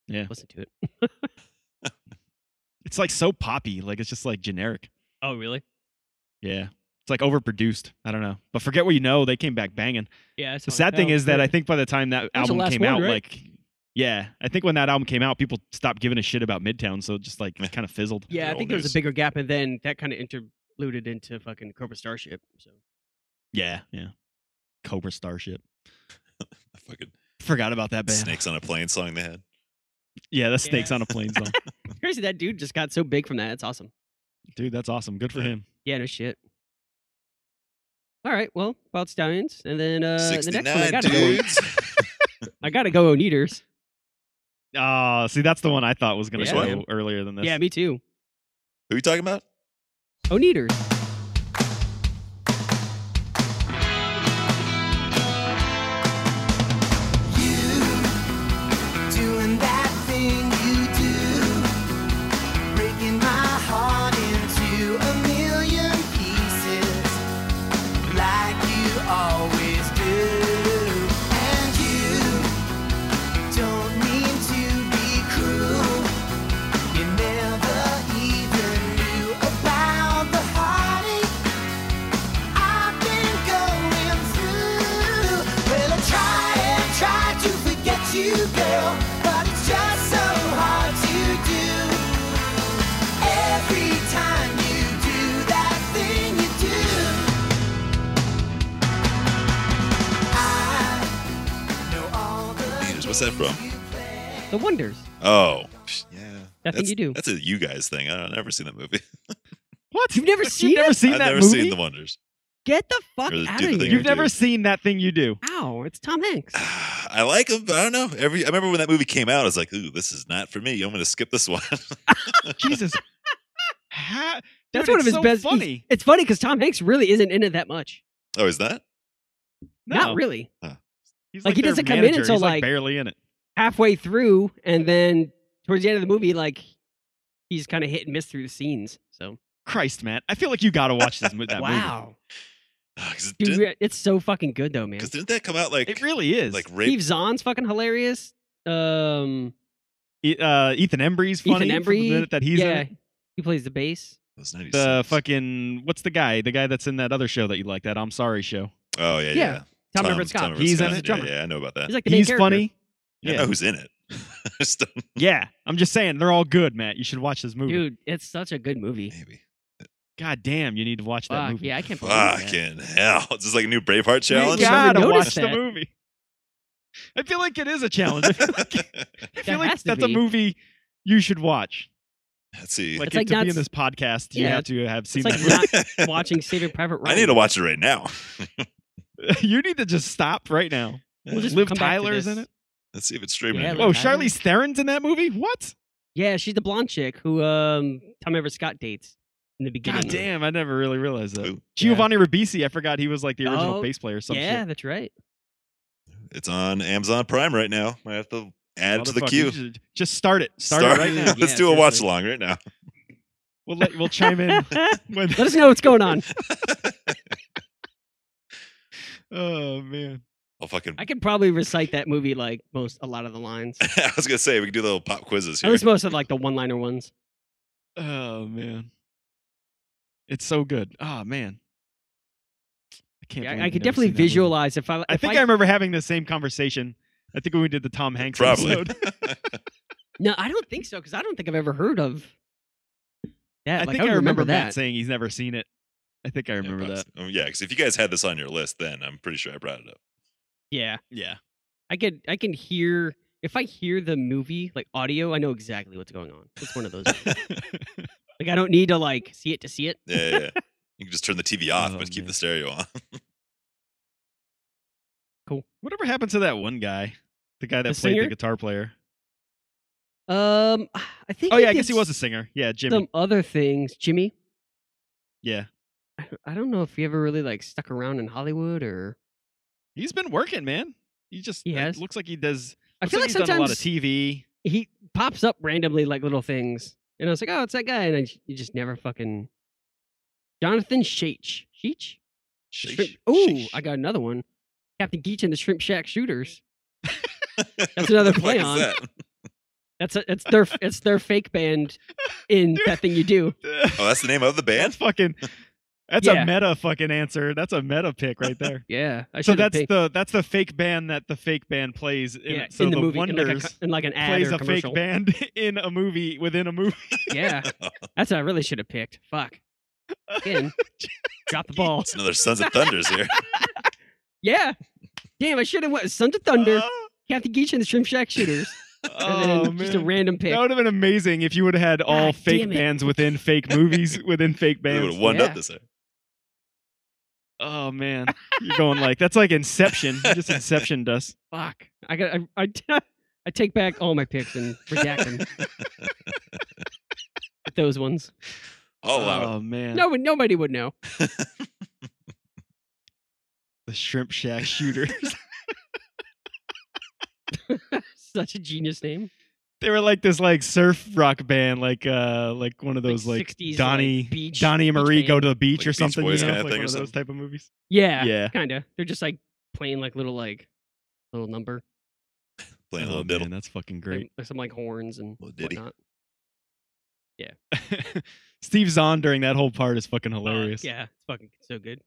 Speaker 3: Yeah,
Speaker 1: listened to it.
Speaker 3: it's like so poppy. Like it's just like generic.
Speaker 1: Oh, really?
Speaker 3: Yeah. It's like overproduced. I don't know. But forget what you know, they came back banging.
Speaker 1: Yeah. that
Speaker 3: The
Speaker 1: song-
Speaker 3: sad thing
Speaker 1: was
Speaker 3: is that
Speaker 1: good.
Speaker 3: I think by the time that
Speaker 1: was the
Speaker 3: album
Speaker 1: last
Speaker 3: came
Speaker 1: one,
Speaker 3: out,
Speaker 1: right?
Speaker 3: like yeah, I think when that album came out, people stopped giving a shit about Midtown, so it just like kind of fizzled.
Speaker 1: Yeah, I
Speaker 2: Old
Speaker 1: think there was
Speaker 2: news.
Speaker 1: a bigger gap, and then that kind of interluded into fucking Cobra Starship. So
Speaker 3: Yeah, yeah. Cobra Starship.
Speaker 2: I fucking
Speaker 3: Forgot about that band.
Speaker 2: snakes on a plane song they had.
Speaker 3: Yeah, that's Snakes
Speaker 1: Yeah.
Speaker 3: on a Plane song.
Speaker 1: crazy that dude just got so big from that. It's awesome.
Speaker 3: Dude, that's awesome. Good for him.
Speaker 1: Yeah, no shit. All right, well, Wild Stallions, and then uh, the next one I
Speaker 2: 69
Speaker 1: gotta go.
Speaker 2: dudes.
Speaker 1: I gotta go. Oneaters.
Speaker 3: Oh, see, that's the one I thought was gonna
Speaker 1: Yeah,
Speaker 3: go
Speaker 2: man.
Speaker 3: earlier than this.
Speaker 1: Yeah, me too.
Speaker 2: Who you talking about?
Speaker 1: Oneaters.
Speaker 6: Doing that thing you do, breaking my heart into a million pieces, like you always do. And you don't mean to be cruel. You never even knew about the heartache I've been going through. Well, I try and try to forget you, girl, but it's just so hard to do. Every time you do that thing you do, I know all the
Speaker 2: Peters, what's that
Speaker 6: games
Speaker 2: from?
Speaker 6: you play.
Speaker 1: The Wonders.
Speaker 2: Oh, psh, yeah.
Speaker 1: That thing
Speaker 2: That's-
Speaker 1: you do.
Speaker 2: That's a you guys thing. I don't, I've never seen that movie.
Speaker 3: What?
Speaker 1: You've never seen
Speaker 3: You've never
Speaker 1: it?
Speaker 3: seen
Speaker 2: I've
Speaker 3: that
Speaker 2: never
Speaker 3: movie?
Speaker 2: seen The Wonders.
Speaker 1: Get the fuck
Speaker 2: Really do
Speaker 1: out
Speaker 2: the
Speaker 1: of
Speaker 2: thing.
Speaker 1: here.
Speaker 3: You've
Speaker 2: dude.
Speaker 3: never seen that thing you do.
Speaker 1: Ow, it's Tom Hanks.
Speaker 2: I like them, but I don't know. Every I remember when that movie came out, I was like, "Ooh, this is not for me. I'm going to skip this one."
Speaker 3: Jesus. Ha-
Speaker 1: That's
Speaker 3: Dude,
Speaker 1: one
Speaker 3: it's
Speaker 1: of his
Speaker 3: so
Speaker 1: best. he's-
Speaker 3: Funny.
Speaker 1: It's funny because Tom Hanks really isn't in it that much.
Speaker 2: oh, is that?
Speaker 1: Not really.
Speaker 3: He's
Speaker 1: Like, he
Speaker 3: their
Speaker 1: doesn't come in
Speaker 3: manager.
Speaker 1: until,
Speaker 3: He's,
Speaker 1: like-
Speaker 3: barely in it.
Speaker 1: halfway through, and then towards the end of the movie, like he's kind of hit and miss through the scenes. So
Speaker 3: Christ, man, I feel like you gotta watch this mo- that
Speaker 1: wow,
Speaker 2: Because
Speaker 1: dude,
Speaker 2: didn't,
Speaker 1: re- it's so fucking good though, man.
Speaker 2: 'cause didn't that come out like
Speaker 3: movie. It really is.
Speaker 2: like right?
Speaker 1: Steve Zahn's fucking hilarious. Um,
Speaker 3: E- uh, Ethan Embry's
Speaker 1: Ethan
Speaker 3: funny. from
Speaker 1: Embry,
Speaker 3: the minute that he's
Speaker 1: yeah,
Speaker 3: in it.
Speaker 1: he plays the bass.
Speaker 2: It was 96.
Speaker 3: the fucking what's the guy? The guy that's in that other show that you like, that I'm sorry show.
Speaker 2: oh yeah, yeah.
Speaker 1: Yeah, Tom, Everett Scott.
Speaker 2: Tom Everett
Speaker 3: He's in
Speaker 2: Scott.
Speaker 3: it,
Speaker 2: Yeah,
Speaker 1: drummer.
Speaker 2: Yeah, I know about that.
Speaker 1: He's like the main
Speaker 3: He's
Speaker 1: character.
Speaker 3: funny.
Speaker 2: I know who's in it. Just don't-
Speaker 3: Yeah, I'm just saying they're all good, Matt. You should watch this movie.
Speaker 1: dude. It's such a good movie.
Speaker 2: Maybe.
Speaker 3: God damn, you need to watch that
Speaker 1: Fuck
Speaker 3: movie.
Speaker 1: yeah, I can't believe that.
Speaker 2: Fucking hell! It's just like a new Braveheart
Speaker 3: You
Speaker 2: challenge.
Speaker 1: Yeah.
Speaker 3: gotta
Speaker 1: Never
Speaker 3: watch
Speaker 1: noticed
Speaker 3: the
Speaker 1: that.
Speaker 3: movie. I feel like it is a challenge. I feel like, I feel
Speaker 1: That
Speaker 3: like
Speaker 1: has to
Speaker 3: that's
Speaker 1: be.
Speaker 3: a movie you should watch.
Speaker 2: Let's see.
Speaker 3: Like,
Speaker 1: It's
Speaker 3: it-
Speaker 1: like
Speaker 3: to
Speaker 1: not
Speaker 3: be in
Speaker 1: s-
Speaker 3: this podcast, you
Speaker 1: yeah,
Speaker 3: have to have seen
Speaker 1: like
Speaker 3: that
Speaker 1: not- Watching Saving Private Ryan.
Speaker 2: I need to watch it right now.
Speaker 3: movie. you need to just stop right now.
Speaker 1: We'll just
Speaker 3: Liv
Speaker 1: come back to
Speaker 3: Tyler's
Speaker 1: this.
Speaker 3: in it?
Speaker 2: Let's see if it's streaming.
Speaker 1: Yeah,
Speaker 2: anywhere.
Speaker 1: Liv
Speaker 3: Whoa,
Speaker 1: Tyler?
Speaker 3: Charlize Theron's in that movie? What?
Speaker 1: Yeah, she's the blonde chick who um Tom Everett Scott dates in the beginning.
Speaker 3: God damn, I never really realized that.
Speaker 2: Ooh.
Speaker 3: Giovanni Ribisi, I forgot he was like the original
Speaker 1: Oh,
Speaker 3: bass player or some
Speaker 1: Yeah,
Speaker 3: shit.
Speaker 1: that's right.
Speaker 2: It's on Amazon Prime right now. Might have to add it to the
Speaker 3: Motherfucker,
Speaker 2: queue.
Speaker 3: you should Just start it. Start, it right now.
Speaker 1: Yeah,
Speaker 2: Let's do a watch
Speaker 1: seriously.
Speaker 2: along right now.
Speaker 3: We'll let we'll chime in
Speaker 1: Let
Speaker 3: when.
Speaker 1: us know what's going on.
Speaker 3: Oh man.
Speaker 2: I'll fucking.
Speaker 1: I could probably recite that movie like most a lot of the lines.
Speaker 2: I was gonna say we can do little pop quizzes
Speaker 1: At
Speaker 2: here.
Speaker 1: least most of like the one-liner ones.
Speaker 3: Oh man. It's so good. Oh man. I can't.
Speaker 1: Yeah,
Speaker 3: believe
Speaker 1: I, I
Speaker 3: I've
Speaker 1: could
Speaker 3: never
Speaker 1: definitely
Speaker 3: seen that movie.
Speaker 1: visualize if I. If
Speaker 3: I think I, remember having the same conversation. I think when we did the Tom Hanks
Speaker 2: Probably.
Speaker 3: episode.
Speaker 1: No, I don't think so because I don't think I've ever heard of. that.
Speaker 3: I
Speaker 1: like,
Speaker 3: think I
Speaker 1: would
Speaker 3: remember, Matt
Speaker 1: that.
Speaker 3: saying he's never seen it. I think I remember that.
Speaker 2: Um, yeah, because if you guys had this on your list, then I'm pretty sure I brought it up.
Speaker 1: Yeah,
Speaker 3: Yeah.
Speaker 1: I could. I can hear if I hear the movie like audio. I know exactly what's going on. It's one of those. like I don't need to like see it to see it.
Speaker 2: Yeah, yeah. yeah. you can just turn the TV off,
Speaker 3: Oh,
Speaker 2: but keep
Speaker 3: man.
Speaker 2: the stereo on.
Speaker 3: Whatever happened to that one guy? The guy that
Speaker 1: The
Speaker 3: played
Speaker 1: singer?
Speaker 3: the guitar player.
Speaker 1: Um, I think.
Speaker 3: Oh yeah, I guess he
Speaker 1: did
Speaker 3: was a singer. Yeah, Jimmy.
Speaker 1: Some other things, Jimmy.
Speaker 3: Yeah.
Speaker 1: I don't- I don't know if he ever really like stuck around in Hollywood or.
Speaker 3: He's been working, man. He just
Speaker 1: He
Speaker 3: it
Speaker 1: has?
Speaker 3: looks like he does
Speaker 1: I
Speaker 3: looks
Speaker 1: feel like
Speaker 3: he's done a lot of
Speaker 1: sometimes
Speaker 3: TV.
Speaker 1: he pops up randomly like little things, and I was like, "Oh, it's that guy," and I, j- you just never fucking. Jonathan Sheech. Sheech. Shrimp- Ooh, I got another one. Captain Geach and the Shrimp Shack Shooters. That's another
Speaker 2: What the
Speaker 1: play
Speaker 2: fuck
Speaker 1: on.
Speaker 2: is that?
Speaker 1: That's a, it's their it's their fake band in
Speaker 3: Dude.
Speaker 1: that thing you do.
Speaker 2: Oh, that's the name of the band.
Speaker 3: That's fucking That's
Speaker 1: Yeah.
Speaker 3: a meta fucking answer. That's a meta pick right there.
Speaker 1: Yeah, I
Speaker 3: so
Speaker 1: should've
Speaker 3: that's
Speaker 1: picked-
Speaker 3: the that's the fake band that the fake band plays in,
Speaker 1: yeah,
Speaker 3: so
Speaker 1: in the, movie in like, a
Speaker 3: Wonders
Speaker 1: co- in like an ad
Speaker 3: plays
Speaker 1: or
Speaker 3: a fake
Speaker 1: commercial.
Speaker 3: band in a movie within a movie.
Speaker 1: Yeah, that's what I really should have picked. Fuck. Again, drop the ball.
Speaker 2: It's another Sons of Thunders here.
Speaker 1: Yeah. Damn, I should have went Sons of Thunder,
Speaker 3: Oh,
Speaker 1: Captain Geach and the Shrimp Shack Shooters, and then
Speaker 3: man.
Speaker 1: just a random pick.
Speaker 3: That would have been amazing if you would have had all
Speaker 1: God
Speaker 3: fake
Speaker 1: damn it.
Speaker 3: bands within fake movies within fake
Speaker 2: They would
Speaker 3: bands.
Speaker 2: have won
Speaker 1: Yeah.
Speaker 2: up this year.
Speaker 3: Oh man, you're going like that's like Inception. You just Inception us.
Speaker 1: Fuck. I got. I, I, I take back all my picks and redact them. Those ones.
Speaker 2: All out.
Speaker 3: oh man,
Speaker 1: No, one- nobody would know.
Speaker 3: the Shrimp Shack Shooters.
Speaker 1: Such a genius name.
Speaker 3: they were like this like surf rock band, like uh like one of
Speaker 1: Like
Speaker 3: those like,
Speaker 1: 60s, like,
Speaker 3: Donnie
Speaker 1: beach-
Speaker 3: Donnie and
Speaker 1: beach
Speaker 3: Marie go
Speaker 1: band.
Speaker 3: to the beach
Speaker 2: Like
Speaker 3: or
Speaker 2: Beach
Speaker 3: something.
Speaker 2: Boys
Speaker 3: you know,
Speaker 2: kinda
Speaker 3: like
Speaker 2: thing
Speaker 3: one
Speaker 2: or
Speaker 3: of those
Speaker 2: something.
Speaker 3: type of movies.
Speaker 1: Yeah.
Speaker 3: Yeah.
Speaker 1: Kind of. They're just like playing like little like little number,
Speaker 2: Playing a
Speaker 3: oh,
Speaker 2: little diddle.
Speaker 3: man, that's fucking
Speaker 1: like,
Speaker 3: great.
Speaker 1: with some like horns and
Speaker 2: Little ditty.
Speaker 1: whatnot.
Speaker 3: Steve Zahn during that whole part is fucking
Speaker 1: Fuck,
Speaker 3: hilarious.
Speaker 1: yeah, it's fucking so good.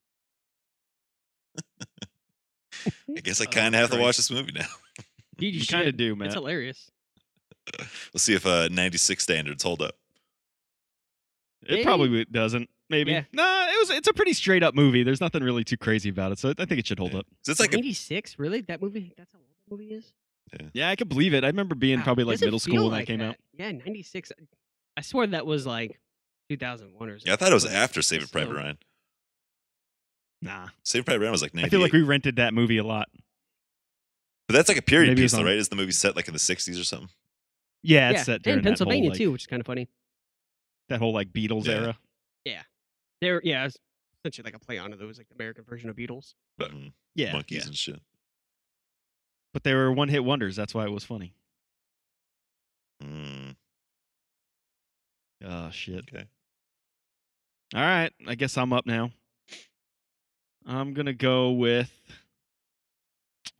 Speaker 2: I guess I
Speaker 3: Oh,
Speaker 2: kind of have to
Speaker 3: Christ.
Speaker 2: watch this movie now.
Speaker 1: Dude, you,
Speaker 3: you kind of
Speaker 1: should.
Speaker 3: do, man.
Speaker 1: It's hilarious.
Speaker 2: We'll see if uh, 96 standards hold up.
Speaker 3: It probably w- doesn't. Maybe.
Speaker 1: Yeah.
Speaker 3: No, it was. It's a pretty straight up movie. There's nothing really too crazy about it, so I think it should hold
Speaker 2: Yeah.
Speaker 3: up.
Speaker 2: So it's like a,
Speaker 1: 86, really? That movie? That's how old that movie is?
Speaker 3: Yeah, I could believe it. I remember being
Speaker 1: Wow,
Speaker 3: probably like
Speaker 1: doesn't
Speaker 3: middle
Speaker 1: feel
Speaker 3: school when
Speaker 1: like
Speaker 3: that came out.
Speaker 1: Yeah, 96. I swear that was like 2001 or something.
Speaker 2: yeah, I thought it was
Speaker 1: but
Speaker 2: after
Speaker 1: it's
Speaker 2: Saving
Speaker 1: still-
Speaker 2: Private Ryan.
Speaker 3: Nah,
Speaker 2: Saving Private Ryan was like
Speaker 3: I
Speaker 2: 98.
Speaker 3: feel like we rented that movie a lot.
Speaker 2: but that's like a period
Speaker 3: maybe
Speaker 2: piece,
Speaker 3: it's
Speaker 2: though,
Speaker 3: on-
Speaker 2: right? Is the movie set like in the 60s or something?
Speaker 3: Yeah, it's
Speaker 1: yeah,
Speaker 3: set during
Speaker 1: and Pennsylvania
Speaker 3: that whole,
Speaker 1: too,
Speaker 3: like,
Speaker 1: which is kind of funny.
Speaker 3: That whole like Beatles
Speaker 2: Yeah.
Speaker 3: era.
Speaker 1: There, yeah, it's essentially like a play on of those, like the American version of Beatles.
Speaker 2: But mm,
Speaker 3: Yeah,
Speaker 2: monkeys
Speaker 3: yeah.
Speaker 2: and shit.
Speaker 3: But they were one hit wonders. That's why it was funny.
Speaker 2: Mm,
Speaker 3: Oh shit.
Speaker 2: okay.
Speaker 3: All right, I guess I'm up now. I'm gonna go with.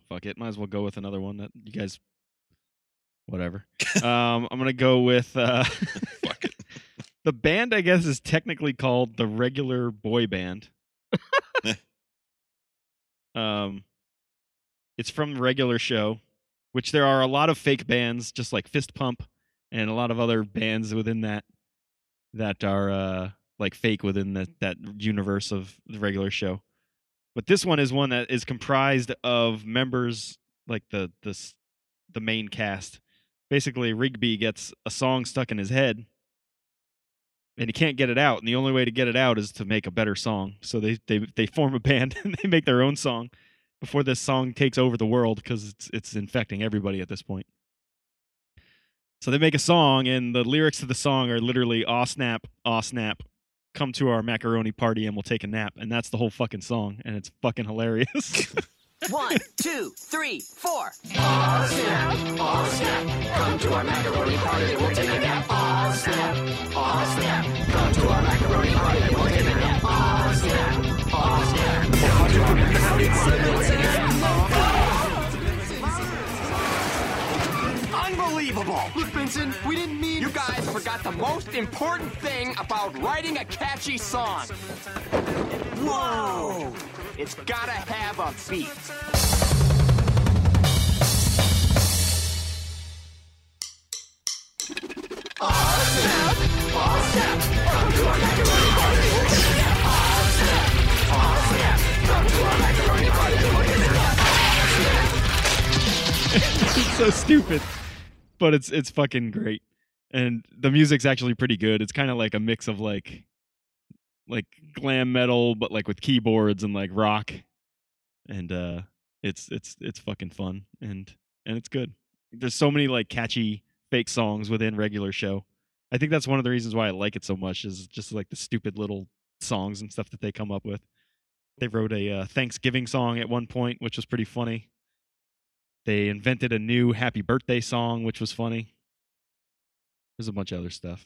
Speaker 3: Fuck it, might as well go with another one that you guys. Whatever. um, I'm gonna go with. Uh,
Speaker 2: Fuck it.
Speaker 3: the band, I guess, is technically called the Regular Boy Band. um, it's from Regular Show, which there are a lot of fake bands, just like Fist Pump, and a lot of other bands within that that are uh, like fake within that that universe of the Regular Show. But this one is one that is comprised of members like the the s- the main cast. Basically, Rigby gets a song stuck in his head and he can't get it out. And the only way to get it out is to make a better song. So they they they form a band and they make their own song before this song takes over the world because it's it's infecting everybody at this point. So they make a song, and the lyrics to the song are literally "Aw snap, aw snap, come to our macaroni party and we'll take a nap," and that's the whole fucking song, and it's fucking hilarious.
Speaker 7: One, two, three, four.
Speaker 6: Come to our macaroni party, we'll take a nap. Aw, snap. Aw, snap. Come to
Speaker 8: the ball.
Speaker 9: Look, Benson, we didn't mean.
Speaker 7: You guys forgot the most important thing about writing a catchy song. Whoa! It's gotta have a beat.
Speaker 3: it's so stupid, but it's it's fucking great, and the music's actually pretty good. It's kind of like a mix of like like glam metal, but like with keyboards and like rock, and uh, it's it's it's fucking fun and and it's good. There's so many like catchy fake songs within regular show. I think that's one of the reasons why I like it so much is just like the stupid little songs and stuff that they come up with. They wrote a uh, Thanksgiving song at one point, which was pretty funny. They invented a new happy birthday song, which was funny. There's a bunch of other stuff.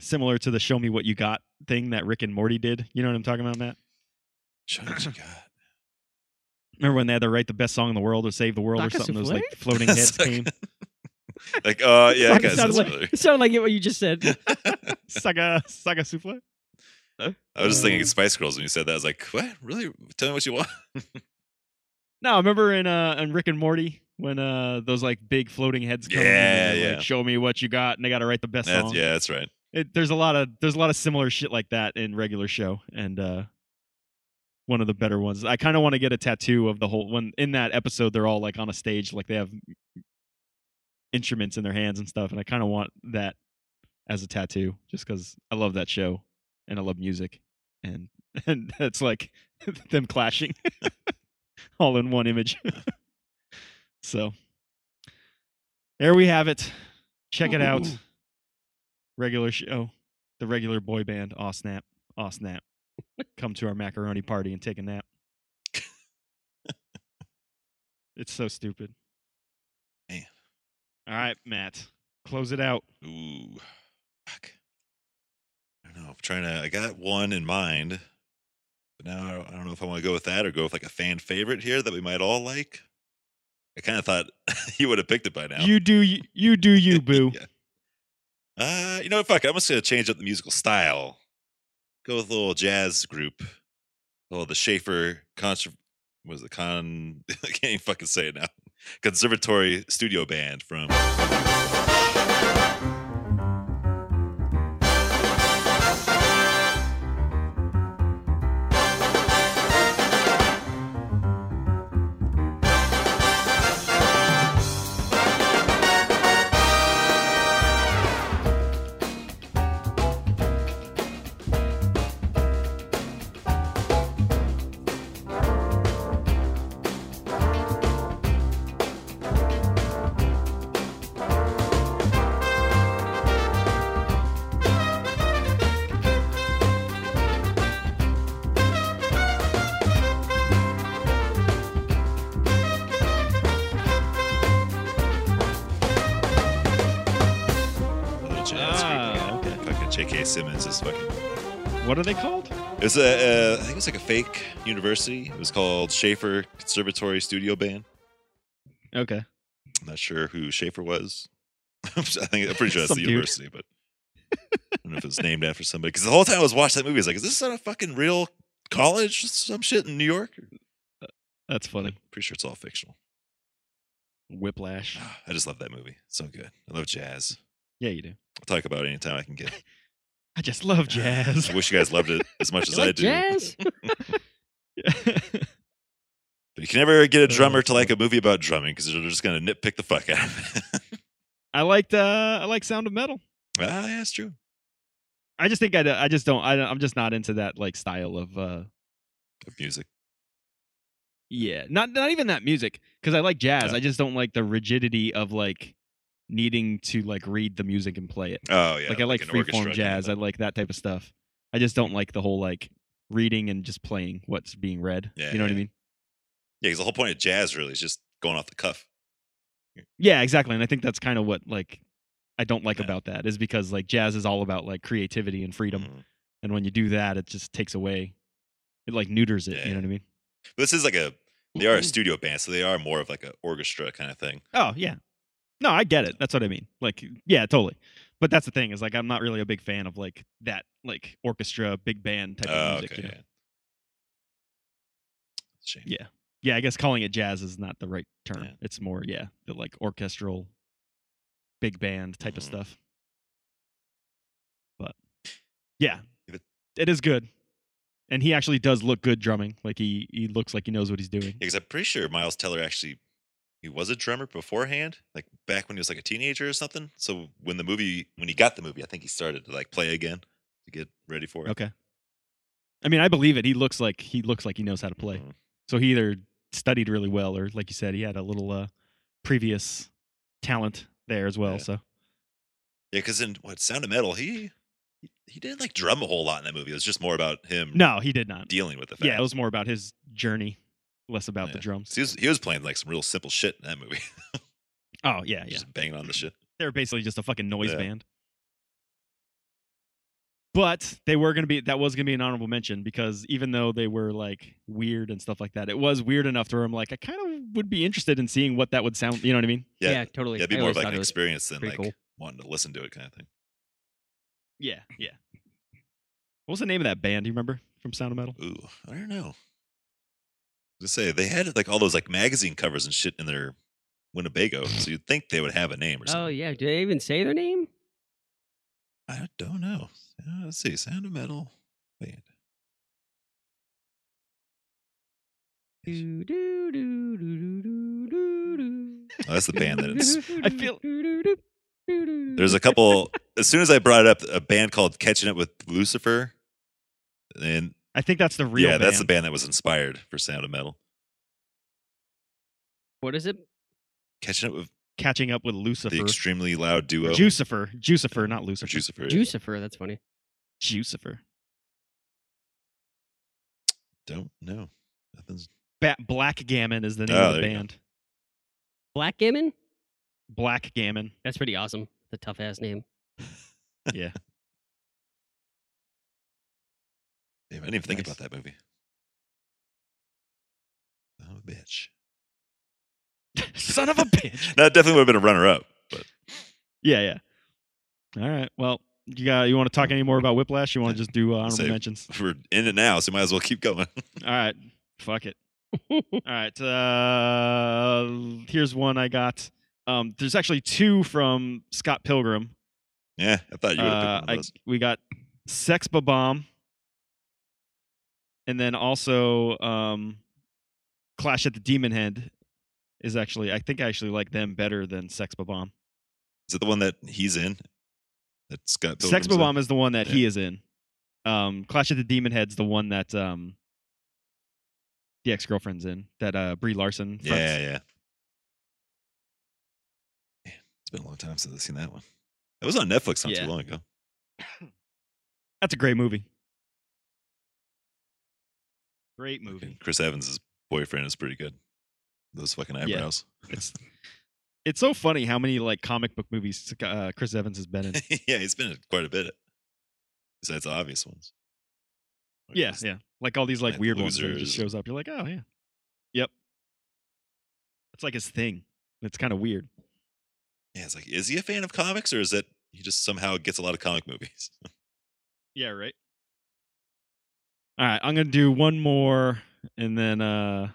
Speaker 3: Similar to the show me what you got thing that Rick and Morty did. You know what I'm talking about, Matt?
Speaker 2: Show me what you got.
Speaker 3: Remember when they had to write the best song in the world or save the world
Speaker 1: Baka
Speaker 3: or something? It was
Speaker 1: Souffle?
Speaker 3: like floating heads
Speaker 2: Suck.
Speaker 3: came.
Speaker 2: like, uh, yeah, I
Speaker 1: Fuck, it
Speaker 2: guess that's
Speaker 1: sounded like,
Speaker 2: familiar.
Speaker 1: it sounded like what you just said.
Speaker 3: Saga Saga Souffle?
Speaker 2: I was just thinking Spice Girls when you said that. I was like, what? Really? Tell me what you want.
Speaker 3: No, remember in uh in Rick and Morty when uh those like big floating heads come in
Speaker 2: Yeah,
Speaker 3: and they're
Speaker 2: yeah.
Speaker 3: like show me what you got and they gotta write the best
Speaker 2: That's,
Speaker 3: song.
Speaker 2: yeah, that's right.
Speaker 3: it, there's a lot of there's a lot of similar shit like that in regular show and uh one of the better ones i kind of want to get a tattoo of the whole when in that episode they're all like on a stage like they have instruments in their hands and stuff and i kind of want that as a tattoo just because i love that show and i love music and and that's like them clashing all in one image so there we have it check it out regular show, the regular boy band, Aw Snap, Aw Snap. Come to our macaroni party and take a nap. it's so stupid.
Speaker 2: Man.
Speaker 3: All right, Matt, close it out.
Speaker 2: Ooh, fuck. I don't know. I'm trying to. I got one in mind, but now I don't, I don't know if I want to go with that or go with like a fan favorite here that we might all like. I kind of thought you would have picked it by now.
Speaker 3: You do you, you do you, boo.
Speaker 2: Yeah. Uh, you know what? Fuck. it. I'm just gonna change up the musical style. Go with a little jazz group. Oh, the Schaefer Contra was the con. I can't even fucking say it now. Conservatory studio band from a little jazz
Speaker 3: Ah,
Speaker 2: group. Yeah, Fucking J.K. Simmons is fucking
Speaker 3: What are they called?
Speaker 2: It was a, uh, I think it was like a fake university. It was called Schaefer Conservatory Studio Band.
Speaker 3: Okay.
Speaker 2: I'm not sure who Schaefer was. I think I'm pretty sure that's
Speaker 3: Some
Speaker 2: the
Speaker 3: dude.
Speaker 2: university, but I don't know if it was named after somebody. Because the whole time I was watching that movie, I was like, "Is this at a fucking real college, or some shit in New York?"
Speaker 3: That's funny.
Speaker 2: Pretty sure it's all fictional.
Speaker 3: Whiplash.
Speaker 2: I just love that movie. It's so good. I love jazz.
Speaker 3: Yeah, you do.
Speaker 2: I'll talk about it anytime I can get.
Speaker 3: I just love jazz.
Speaker 2: I wish you guys loved it as much as
Speaker 1: You like
Speaker 2: I do.
Speaker 1: jazz?
Speaker 2: But you can never get a
Speaker 3: Oh,
Speaker 2: drummer to
Speaker 3: fuck.
Speaker 2: like a movie about drumming because they're just gonna nitpick the fuck out of it.
Speaker 3: I liked uh I like Sound of Metal.
Speaker 2: ah, yeah, it's true.
Speaker 3: I just think I, d- I just don't I, don't- I'm just not into that like style of uh
Speaker 2: Of music.
Speaker 3: Yeah, not not even that music because I like jazz.
Speaker 2: Yeah.
Speaker 3: I just don't like the rigidity of like needing to like read the music and play it.
Speaker 2: Oh yeah,
Speaker 3: like I like
Speaker 2: an orchestra
Speaker 3: freeform
Speaker 2: kind of
Speaker 3: jazz. I
Speaker 2: thing.
Speaker 3: like that type of stuff. I just don't like the whole like reading and just playing what's being read.
Speaker 2: Yeah,
Speaker 3: you know what
Speaker 2: yeah.
Speaker 3: I mean?
Speaker 2: yeah, because the whole point of jazz really is just going off the cuff.
Speaker 3: Yeah, exactly. And I think that's kind of what like I don't like
Speaker 2: Yeah.
Speaker 3: about that is because like jazz is all about like creativity and freedom,
Speaker 2: Mhm.
Speaker 3: and when you do that, it just takes away. It like neuters it.
Speaker 2: Yeah,
Speaker 3: You know
Speaker 2: yeah.
Speaker 3: what I mean? Mm-hmm.
Speaker 2: This is like a they are a studio band, so they are more of like an orchestra kind of thing.
Speaker 3: Oh yeah, No, I get it. That's what I mean. Like, yeah, totally. But that's the thing is like I'm not really a big fan of like that like orchestra big band type
Speaker 2: Oh,
Speaker 3: of music.
Speaker 2: okay.
Speaker 3: you know?
Speaker 2: yeah. Shame.
Speaker 3: Yeah. Yeah, I guess calling it jazz is not the right term.
Speaker 2: Yeah.
Speaker 3: It's more yeah, the like orchestral big band type of
Speaker 2: Mhm.
Speaker 3: stuff. But yeah,
Speaker 2: If it-
Speaker 3: it is good. And he actually does look good drumming. Like he he looks like he knows what he's doing.
Speaker 2: Because I'm pretty sure Miles Teller actually he was a drummer beforehand, like back when he was like a teenager or something. So when the movie when he got the movie, I think he started to like play again to get ready for it.
Speaker 3: Okay. I mean, I believe it. He looks like he looks like he knows how to play.
Speaker 2: Mhm.
Speaker 3: So he either studied really well, or like you said, he had a little uh, previous talent there as well.
Speaker 2: Yeah.
Speaker 3: So
Speaker 2: Yeah, because in what Sound of Metal, he he- he didn't like drum a whole lot in that movie. It was just more about him
Speaker 3: no, he did not.
Speaker 2: dealing with the fact.
Speaker 3: Yeah, it was more about his journey, less about the
Speaker 2: Yeah.
Speaker 3: drums.
Speaker 2: he was he was playing like some real simple shit in that movie,
Speaker 3: Oh yeah, yeah.
Speaker 2: just banging on the shit.
Speaker 3: They were basically just a fucking noise
Speaker 2: Yeah.
Speaker 3: band. But they were gonna be that was gonna be an honorable mention because even though they were like weird and stuff like that, it was weird enough to where I'm like, I kind of would be interested in seeing what that would sound. You know what I mean?
Speaker 1: Yeah,
Speaker 2: Yeah,
Speaker 1: totally.
Speaker 2: yeah, it'd be
Speaker 1: I
Speaker 2: more
Speaker 1: always
Speaker 2: of like
Speaker 1: thought
Speaker 2: an
Speaker 1: it was
Speaker 2: experience than like
Speaker 1: pretty cool.
Speaker 2: wanting to listen to it kind of thing.
Speaker 3: Yeah, yeah. What was the name of that band? Do you remember from Sound of Metal?
Speaker 2: Ooh, I don't know. To say they had like all those like magazine covers and shit in their Winnebago, so you'd think they would have a name or something.
Speaker 1: Oh yeah, do they even say their name?
Speaker 2: I don't know. Uh, Let's see, Sound of Metal. Wait,
Speaker 1: Do, do, do, do, do, do, do.
Speaker 2: oh, that's the band that it's.
Speaker 3: I feel-
Speaker 2: There's a couple. as soon as I brought it up a band called Catching It with Lucifer, and
Speaker 3: I think that's the real.
Speaker 2: yeah, that's the band that was inspired for Sound of Metal.
Speaker 1: What is it?
Speaker 2: Catching It with
Speaker 3: catching up with
Speaker 2: the
Speaker 3: Lucifer.
Speaker 2: extremely loud duo
Speaker 3: Jucifer, Jucifer, not Lucifer.
Speaker 2: Lucifer. yeah.
Speaker 1: Jucifer. That's funny.
Speaker 3: Jucifer.
Speaker 2: Don't know. Nothing's
Speaker 3: Ba- Black Gammon is the name
Speaker 2: Oh,
Speaker 3: of the
Speaker 2: there you go.
Speaker 3: band.
Speaker 1: Black Gammon.
Speaker 3: Black Gammon.
Speaker 1: That's pretty awesome. The tough ass name.
Speaker 3: Yeah.
Speaker 2: Damn, I didn't even think
Speaker 3: Nice.
Speaker 2: about that movie. Oh, bitch.
Speaker 3: Son of a bitch.
Speaker 2: That definitely would have been a runner up, but
Speaker 3: Yeah, yeah. All right. Well, you got you want to talk any more about Whiplash? You want to just do uh, honorable
Speaker 2: Save.
Speaker 3: mentions?
Speaker 2: we're in it now, so might as well keep going.
Speaker 3: All right. Fuck it. All right. Uh, here's one I got. Um, there's actually two from Scott Pilgrim.
Speaker 2: yeah, I thought you would have
Speaker 3: Uh,
Speaker 2: picked one of
Speaker 3: I,
Speaker 2: those.
Speaker 3: we got Sex Bomb, and then also um, Clash at the Demon Head is actually I think I actually like them better than Sex Bomb.
Speaker 2: Is it the one that he's in? That's Scott Pilgrim's
Speaker 3: Sex
Speaker 2: in?
Speaker 3: Bomb is the one that he
Speaker 2: Yeah.
Speaker 3: is in. Um, Clash at the Demon Head's the one that um, the ex girlfriend's in that uh, Brie Larson.
Speaker 2: Yeah,
Speaker 3: fronts.
Speaker 2: yeah. yeah. It's been a long time since I've seen that one. It was on Netflix not
Speaker 3: Yeah.
Speaker 2: too long ago.
Speaker 3: That's a great movie. Great
Speaker 2: And
Speaker 3: movie.
Speaker 2: Chris Evans' boyfriend is pretty good. Those fucking eyebrows.
Speaker 3: It's it's so funny how many like comic book movies uh, Chris Evans has been in.
Speaker 2: Yeah, he's been in quite a bit. Besides the obvious ones. Like
Speaker 3: Yeah,
Speaker 2: those-
Speaker 3: yeah. Like all these like
Speaker 2: Like
Speaker 3: weird ones where he just
Speaker 2: Losers.
Speaker 3: shows up. You're like, oh yeah, yep. It's like his thing. It's kind of weird.
Speaker 2: Yeah, it's like, is he a fan of comics or is that he just somehow gets a lot of comic movies?
Speaker 3: Yeah, right. All right, I'm gonna do one more, and then uh,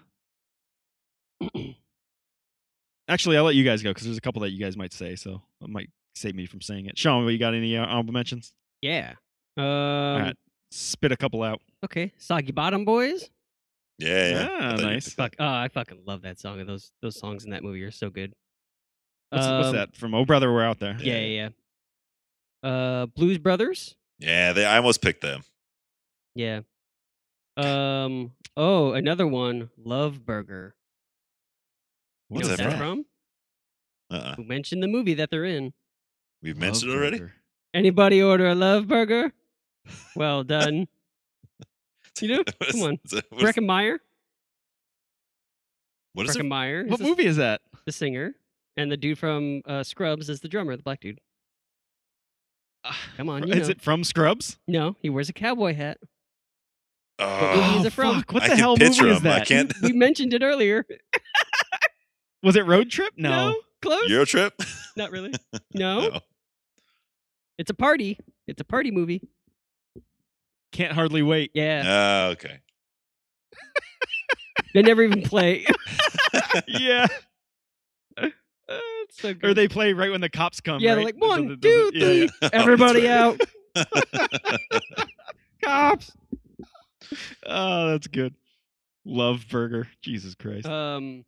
Speaker 3: actually, I'll let you guys go because there's a couple that you guys might say, so it might save me from saying it. Sean, you got any uh, honorable mentions?
Speaker 1: Yeah. Um,
Speaker 3: All right, spit a couple out.
Speaker 1: Okay. Soggy Bottom Boys.
Speaker 2: Yeah, yeah. I
Speaker 3: Ah,
Speaker 2: thought you
Speaker 3: nice.
Speaker 2: picked that.
Speaker 1: Fuck. Oh, I fucking love that song. And those those songs in that movie are so good.
Speaker 3: What's, what's
Speaker 1: Um,
Speaker 3: that from? Oh brother, we're out there.
Speaker 1: Yeah, yeah. yeah. Uh, Blues Brothers.
Speaker 2: Yeah, they, I almost picked them.
Speaker 1: Yeah. Um. Oh, another one. Love Burger. You
Speaker 2: What's
Speaker 1: know
Speaker 2: that
Speaker 1: what that's
Speaker 2: from?
Speaker 1: from?
Speaker 2: Uh-uh.
Speaker 1: Who mentioned the movie that they're in?
Speaker 2: We've mentioned it already?
Speaker 1: Anybody order a Love Burger? Well done. You do?
Speaker 2: What is-
Speaker 1: Come on.
Speaker 2: is it- what is-
Speaker 1: Breckenmeyer.
Speaker 2: What is it?
Speaker 1: Breckenmeyer. is
Speaker 3: What
Speaker 1: the-
Speaker 3: movie is that?
Speaker 1: The singer. And the dude from uh, Scrubs is the drummer, the black dude. Come on, you
Speaker 3: Is
Speaker 1: know.
Speaker 3: it from Scrubs?
Speaker 1: No, he wears a cowboy hat.
Speaker 2: Oh,
Speaker 1: movie is
Speaker 3: Oh,
Speaker 1: it from?
Speaker 3: Fuck, what
Speaker 2: I
Speaker 3: the
Speaker 2: can
Speaker 3: hell
Speaker 2: picture
Speaker 3: movie is
Speaker 2: him. I
Speaker 3: that?
Speaker 2: can't.
Speaker 1: We mentioned it earlier.
Speaker 3: Was it Road Trip? No.
Speaker 1: No. Close?
Speaker 2: Euro trip?
Speaker 1: Not really. No. It's a party. It's a party movie.
Speaker 3: Can't hardly wait.
Speaker 1: Yeah.
Speaker 2: Ah, okay.
Speaker 1: They never even play.
Speaker 3: yeah.
Speaker 1: Uh, it's so
Speaker 3: Or
Speaker 1: good.
Speaker 3: they play right when the cops come.
Speaker 1: Yeah, they're
Speaker 3: right?
Speaker 1: like,
Speaker 3: Does
Speaker 1: "One,
Speaker 3: it- does
Speaker 1: two,
Speaker 3: it- yeah, yeah.
Speaker 2: Oh, that's
Speaker 1: Everybody
Speaker 2: right.
Speaker 1: out. Cops.
Speaker 3: Oh, that's good. Love burger. Jesus Christ.
Speaker 1: Um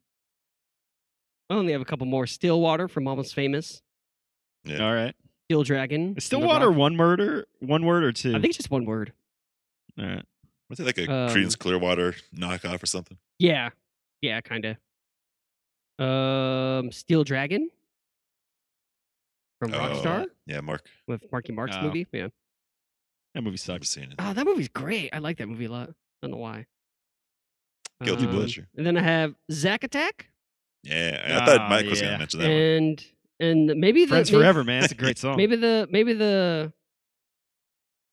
Speaker 1: I only have a couple more. Stillwater from Almost Famous.
Speaker 2: yeah.
Speaker 3: All right.
Speaker 1: Steel Dragon.
Speaker 3: Is
Speaker 1: from The
Speaker 3: Stillwater
Speaker 1: Rock.
Speaker 3: one murder, one word or two?
Speaker 1: I think it's just one word.
Speaker 3: All right.
Speaker 2: Was it like a
Speaker 1: Um,
Speaker 2: Creedence Clearwater knockoff or something?
Speaker 1: Yeah. Yeah, kinda. Um Steel Dragon. From
Speaker 3: Uh,
Speaker 2: Oh,
Speaker 1: Rockstar
Speaker 2: Yeah, Mark.
Speaker 1: with Marky Mark's
Speaker 3: Oh.
Speaker 1: movie. Yeah.
Speaker 3: That movie
Speaker 2: I've
Speaker 3: sucks.
Speaker 2: seen it.
Speaker 1: Oh, that movie's great. I like that movie a lot. don't know why. Um,
Speaker 2: Guilty pleasure.
Speaker 1: And then I have Zack Attack
Speaker 2: Yeah, I thought
Speaker 3: Ah,
Speaker 2: Mike was going
Speaker 3: yeah.
Speaker 2: to mention that one.
Speaker 1: and and maybe the
Speaker 3: Friends
Speaker 1: maybe,
Speaker 3: Forever, Oh. man. It's a great song.
Speaker 1: maybe the maybe the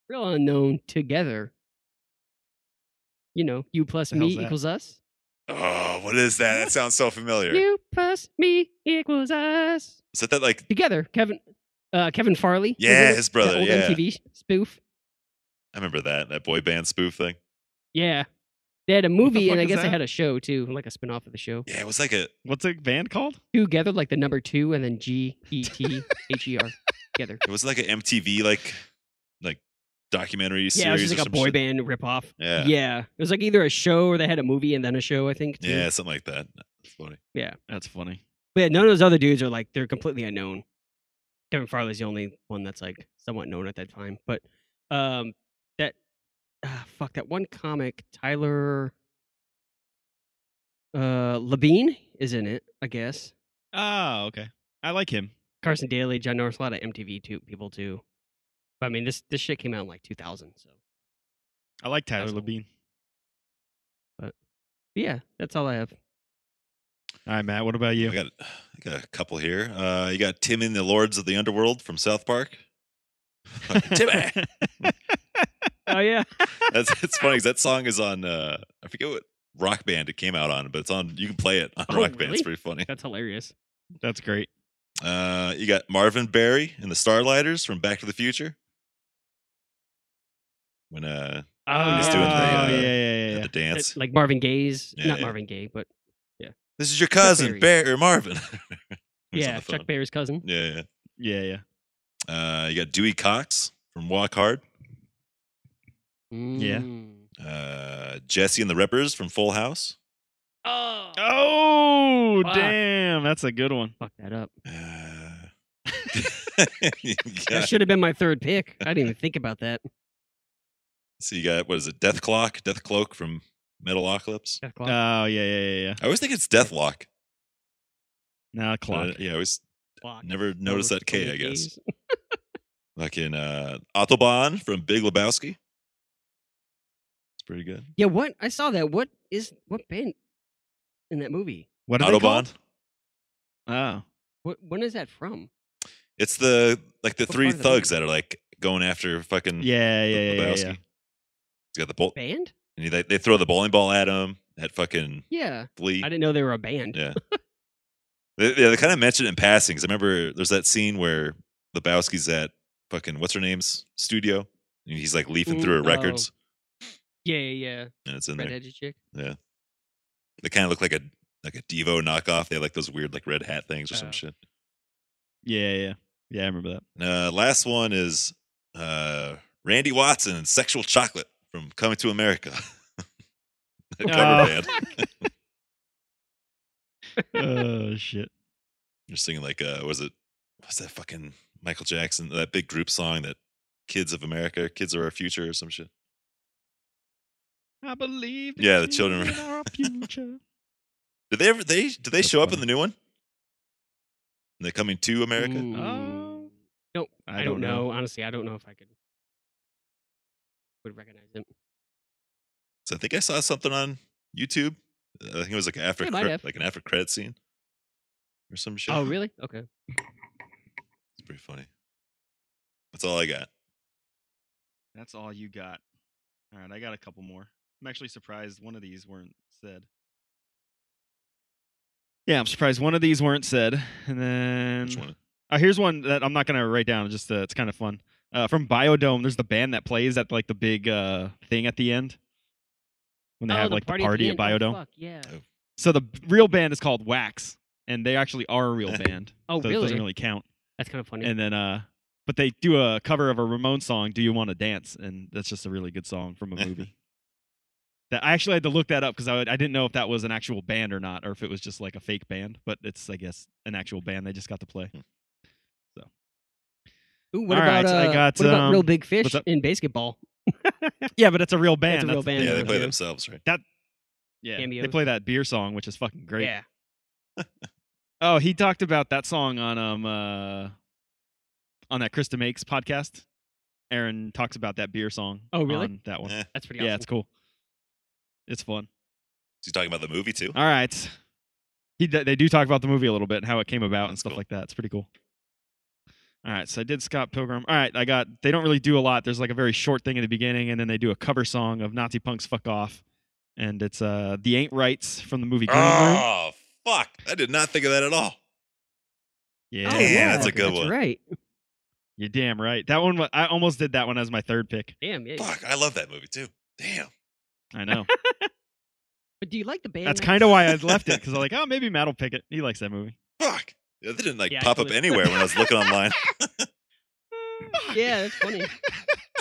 Speaker 1: real unknown together. You know, you plus
Speaker 3: The hell's
Speaker 1: me
Speaker 3: that?
Speaker 1: equals us.
Speaker 2: Oh, what is that? That sounds so familiar.
Speaker 1: You plus me equals us.
Speaker 2: Is that that like?
Speaker 1: Together, Kevin uh Kevin Farley. was in
Speaker 2: Yeah,
Speaker 1: it,
Speaker 2: his brother,
Speaker 1: that old
Speaker 2: yeah.
Speaker 1: MTV spoof.
Speaker 2: I remember that that boy band spoof thing.
Speaker 1: Yeah. They had a movie and
Speaker 3: fuck
Speaker 1: I
Speaker 3: is
Speaker 1: guess they
Speaker 3: that?
Speaker 1: had a show too, like a spin-off of the show.
Speaker 2: Yeah, it was like a
Speaker 3: What's a band called?
Speaker 1: Together, like the number two and then G E T H E R together.
Speaker 2: it was like an MTV like like documentary series.
Speaker 1: Yeah, it was just
Speaker 2: or
Speaker 1: like a
Speaker 2: some
Speaker 1: boy
Speaker 2: shit.
Speaker 1: band ripoff.
Speaker 2: Yeah.
Speaker 1: It was like either a show or they had a movie and then a show, I think. Too.
Speaker 2: Yeah, something like that. That's funny.
Speaker 3: That's funny.
Speaker 1: But yeah, none of those other dudes are like, they're completely unknown. Kevin Farley's the only one that's like somewhat known at that time. But um that, ah, fuck, that one comic, Tyler uh Labine is in it, I guess.
Speaker 3: Oh, okay. I like him.
Speaker 1: Carson Daly, John Norris, a lot of MTV too, people too. But I mean, this this shit came out in like 2000, so.
Speaker 3: I like Tyler
Speaker 1: That's cool.
Speaker 3: Labine.
Speaker 1: But yeah, that's all I have.
Speaker 3: All right, Matt. What about you?
Speaker 2: I got I got a couple here. Uh, you got Tim and the Lords of the Underworld from South Park. Fucking Timmy.
Speaker 1: Oh yeah.
Speaker 2: That's it's funny 'cause that song is on uh, I forget what rock band it came out on, but it's on you can play it on
Speaker 1: Oh,
Speaker 2: rock band.
Speaker 1: really?
Speaker 2: It's pretty funny.
Speaker 1: That's hilarious.
Speaker 3: That's great.
Speaker 2: Uh, you got Marvin Berry and the Starlighters from Back to the Future. When uh
Speaker 1: Oh,
Speaker 2: he's doing the, uh,
Speaker 3: yeah, yeah, yeah,
Speaker 2: had
Speaker 3: yeah.
Speaker 2: the dance.
Speaker 1: It's like Marvin Gaye's,
Speaker 2: Yeah,
Speaker 1: not
Speaker 2: yeah.
Speaker 1: Marvin Gaye, but
Speaker 2: This is your
Speaker 1: Chuck
Speaker 2: cousin,
Speaker 1: Berry.
Speaker 2: Bear or Marvin. He's on
Speaker 1: yeah,
Speaker 2: the
Speaker 1: Chuck
Speaker 2: phone.
Speaker 1: Berry's cousin.
Speaker 2: Yeah, yeah.
Speaker 3: Yeah, yeah.
Speaker 2: Uh, you got Dewey Cox from Walk Hard,
Speaker 3: Yeah.
Speaker 1: Mm.
Speaker 2: uh, Jesse and the Rippers from Full House.
Speaker 1: Oh,
Speaker 3: Oh,
Speaker 1: Fuck.
Speaker 3: damn. That's a good one.
Speaker 1: fuck that up.
Speaker 2: Uh, you
Speaker 1: That
Speaker 2: got-
Speaker 1: should have been my third pick. I didn't even think about that.
Speaker 2: so you got what is it? Death Clock, Death Cloak from Metalocalypse.
Speaker 1: Jeff
Speaker 3: Oh,
Speaker 1: Clark.
Speaker 3: yeah, yeah, yeah, yeah.
Speaker 2: I always think it's Death Lock.
Speaker 3: Now
Speaker 2: but I-
Speaker 3: clock.
Speaker 2: yeah, I always
Speaker 1: Clark.
Speaker 2: never noticed
Speaker 1: Over
Speaker 2: that K. I
Speaker 1: 20
Speaker 2: guess.
Speaker 1: Ks.
Speaker 2: Fucking uh, Autobahn from Big Lebowski. It's pretty good.
Speaker 1: Yeah, what I saw that. What is what band in that movie?
Speaker 3: What are they
Speaker 2: Autobahn.
Speaker 3: called? Oh.
Speaker 1: What when is that from?
Speaker 2: It's the like the
Speaker 1: What
Speaker 2: three
Speaker 1: part of the
Speaker 2: thugs that are like going after fucking
Speaker 3: Yeah, yeah, yeah, yeah,
Speaker 2: Hmm. Lebowski.
Speaker 3: yeah.
Speaker 2: He's got the bolt.
Speaker 1: Band?
Speaker 2: And they, they throw the bowling ball at him at fucking
Speaker 1: Yeah,
Speaker 2: Lee.
Speaker 1: I didn't know they were a band.
Speaker 2: Yeah. they, they, kind of mentioned it in passing because I remember there's that scene where Lebowski's at fucking what's her name's studio and he's like leafing
Speaker 1: Mm,
Speaker 2: through her
Speaker 1: oh.
Speaker 2: records
Speaker 1: Yeah, yeah, yeah.
Speaker 2: and it's in there.
Speaker 1: Redheaded chick.
Speaker 2: They kind of look like a like a Devo knockoff. They had like those weird like red hat things or some
Speaker 1: Oh.
Speaker 2: shit.
Speaker 3: Yeah, yeah. Yeah, I remember that.
Speaker 2: And, uh, last one is uh, Randy Watson and Sexual Chocolate from Coming to America. That
Speaker 3: Oh.
Speaker 2: cover band.
Speaker 3: oh, shit.
Speaker 2: You're singing like uh was it what's that fucking Michael Jackson that big group song that Kids of America, Kids are Our Future or some shit.
Speaker 3: I believe.
Speaker 2: Yeah, the children are-
Speaker 3: are our future.
Speaker 2: Did they ever they did they
Speaker 3: That's
Speaker 2: show up in
Speaker 3: funny.
Speaker 2: the new one? And they coming to America?
Speaker 1: Mm.
Speaker 3: Oh.
Speaker 1: Nope,
Speaker 3: I
Speaker 1: I, don't, know. Honestly, I don't know if I could would recognize them.
Speaker 2: So I think I saw something on YouTube. I think it was like after
Speaker 1: Yeah, might
Speaker 2: cre-
Speaker 1: have.
Speaker 2: like an after credit scene or some shit.
Speaker 1: Oh, really? Okay.
Speaker 2: It's pretty funny. That's all I got.
Speaker 3: That's all you got. All right, I got a couple more. I'm actually surprised one of these weren't said. Yeah, I'm surprised one of these weren't said. And then
Speaker 2: Which one?
Speaker 3: Uh, here's one that I'm not gonna write down. Just uh, it's kind of fun. Uh, from Biodome, there's the band that plays at like the big uh, thing at the end when they
Speaker 1: Oh,
Speaker 3: have like the party
Speaker 1: end.
Speaker 3: at,
Speaker 1: Oh,
Speaker 3: Biodome.
Speaker 1: fuck, yeah.
Speaker 3: so the b- real band is called Wax, and they actually are a real band.
Speaker 1: Oh,
Speaker 3: so It
Speaker 1: really?
Speaker 3: doesn't really count.
Speaker 1: That's kind of funny.
Speaker 3: And then, uh, but they do a cover of a Ramon song, "Do You Want to Dance," and that's just a really good song from a movie. that I actually had to look that up because I, would- I didn't know if that was an actual band or not, or if it was just like a fake band. But it's, I guess, an actual band. They just got to play.
Speaker 1: Ooh, what
Speaker 3: all right,
Speaker 1: about
Speaker 3: I
Speaker 1: uh,
Speaker 3: got,
Speaker 1: what about real
Speaker 3: um,
Speaker 1: big fish
Speaker 3: what's up?
Speaker 1: in basketball?
Speaker 3: Yeah, but it's a real band.
Speaker 1: It's a real
Speaker 3: that's-
Speaker 1: band.
Speaker 2: Yeah, they
Speaker 1: uh, Yeah.
Speaker 2: play themselves, right?
Speaker 3: Yeah,
Speaker 1: Cameos.
Speaker 3: they play that beer song, which is fucking great.
Speaker 1: Yeah.
Speaker 3: Oh, he talked about that song on um uh on that Krista Makes podcast. Aaron talks about that beer song.
Speaker 1: Oh, really?
Speaker 3: on that one.
Speaker 2: Eh.
Speaker 1: That's pretty
Speaker 3: Yeah,
Speaker 1: awesome.
Speaker 3: it's cool. It's fun.
Speaker 2: He's talking about the movie too.
Speaker 3: All right. He d- they do talk about the movie a little bit and how it came about and
Speaker 2: That's
Speaker 3: stuff
Speaker 2: cool.
Speaker 3: like that. It's pretty cool. All right, so I did Scott Pilgrim. All right, I got. They don't really do a lot. There's like a very short thing in the beginning, and then they do a cover song of Nazi Punk's "Fuck Off," and it's uh "The Ain't Rights" from the movie Green Room.
Speaker 2: Oh fuck! I did not think of that at all.
Speaker 3: Yeah,
Speaker 1: Oh,
Speaker 2: Yeah, that's a
Speaker 1: okay,
Speaker 2: good one.
Speaker 1: Right.
Speaker 3: You're damn right. That one, wa- I almost did that one as my third pick.
Speaker 1: Damn. Yeah.
Speaker 2: Fuck! I love that movie too. Damn.
Speaker 3: I know.
Speaker 1: But do you like the band?
Speaker 3: That's kind of why I left it because I'm like, oh, maybe Matt will pick it. He likes that movie.
Speaker 2: Fuck! That didn't like
Speaker 1: Yeah,
Speaker 2: pop up
Speaker 1: actually-
Speaker 2: anywhere when I was looking online.
Speaker 1: Yeah, that's funny.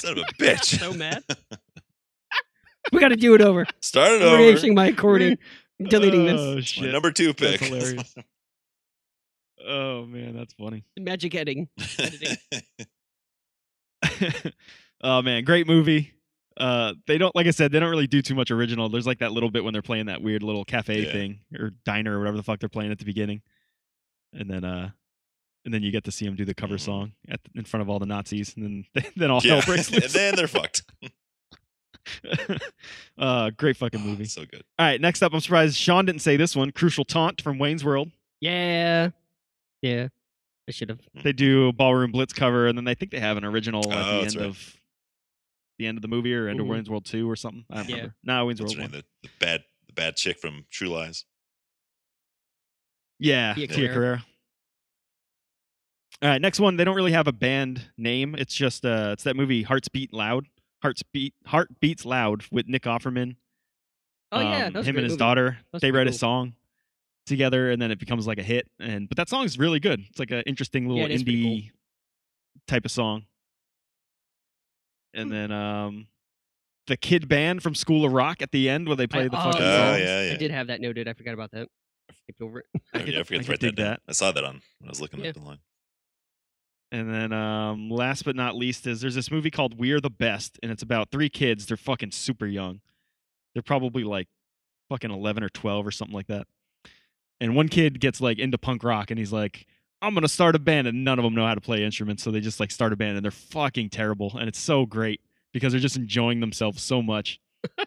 Speaker 2: Son of a bitch!
Speaker 1: so mad. we got to do it over. Uh.
Speaker 2: Start it
Speaker 1: I'm
Speaker 2: over.
Speaker 1: reaching my recording. I'm deleting this.
Speaker 3: Oh,
Speaker 2: My
Speaker 3: shit.
Speaker 2: number two
Speaker 3: That's
Speaker 2: pick.
Speaker 3: hilarious. oh man, that's funny.
Speaker 1: Magic editing.
Speaker 3: oh man, great movie. Uh, they don't like I said, they don't really do too much original. There's like that little bit when they're playing that weird little cafe
Speaker 2: Yeah.
Speaker 3: thing or diner or whatever the fuck they're playing at the beginning, and then uh, and then you get to see them do the cover
Speaker 2: Mhm.
Speaker 3: song at in front of all the Nazis, and then then all
Speaker 2: yeah.
Speaker 3: hell breaks
Speaker 2: and
Speaker 3: loose.
Speaker 2: then they're fucked.
Speaker 3: uh, great fucking
Speaker 2: Oh,
Speaker 3: movie.
Speaker 2: So good.
Speaker 3: All right, next up, I'm surprised Sean didn't say this one. Crucial Taunt from Wayne's World.
Speaker 1: Yeah. Yeah. I should have.
Speaker 3: They do a ballroom blitz cover, and then I think they have an original at
Speaker 2: Oh,
Speaker 3: the
Speaker 2: that's
Speaker 3: end
Speaker 2: right.
Speaker 3: of the end of the movie or end
Speaker 1: Mhm.
Speaker 3: of Wayne's World Two or something. I don't
Speaker 1: Yeah.
Speaker 3: remember. No, Wayne's
Speaker 2: What's
Speaker 3: World
Speaker 2: her name?
Speaker 3: One.
Speaker 2: The, the bad, the bad chick from True Lies.
Speaker 3: Yeah,
Speaker 1: Tia
Speaker 3: Tia
Speaker 1: Carrera.
Speaker 3: Carrera. All right, next one. They don't really have a band name. It's just uh, it's that movie Hearts Beat Loud. Hearts beat, heart beats loud with Nick Offerman.
Speaker 1: Oh yeah,
Speaker 3: um,
Speaker 1: that was a
Speaker 3: him
Speaker 1: great
Speaker 3: and his
Speaker 1: movie.
Speaker 3: daughter.
Speaker 1: That's
Speaker 3: They
Speaker 1: pretty
Speaker 3: write a
Speaker 1: cool.
Speaker 3: song together, and then it becomes like a hit. And but that song's really good. It's like an interesting little
Speaker 1: it is pretty cool.
Speaker 3: indie type of song.
Speaker 1: Hmm.
Speaker 3: And then um, the kid band from School of Rock at the end where they play
Speaker 1: I-
Speaker 3: the
Speaker 1: oh,
Speaker 3: fucking
Speaker 2: yeah.
Speaker 3: song.
Speaker 2: Oh, yeah, yeah.
Speaker 1: I did have that noted. I forgot about that. Skipped over it.
Speaker 2: I,
Speaker 3: could-
Speaker 2: yeah, I forget
Speaker 3: I
Speaker 2: to write
Speaker 3: could
Speaker 2: that,
Speaker 3: dig
Speaker 2: down.
Speaker 3: that.
Speaker 2: I saw that on when I was looking
Speaker 1: Yeah.
Speaker 2: up the line.
Speaker 3: And then um, last but not least is there's this movie called We're the Best, and it's about three kids. They're fucking super young. They're probably like fucking 11 or 12 or something like that. And one kid gets like into punk rock and he's like, I'm going to start a band. And none of them know how to play instruments. So they just like start a band and they're fucking terrible. And it's so great because they're just enjoying themselves so much.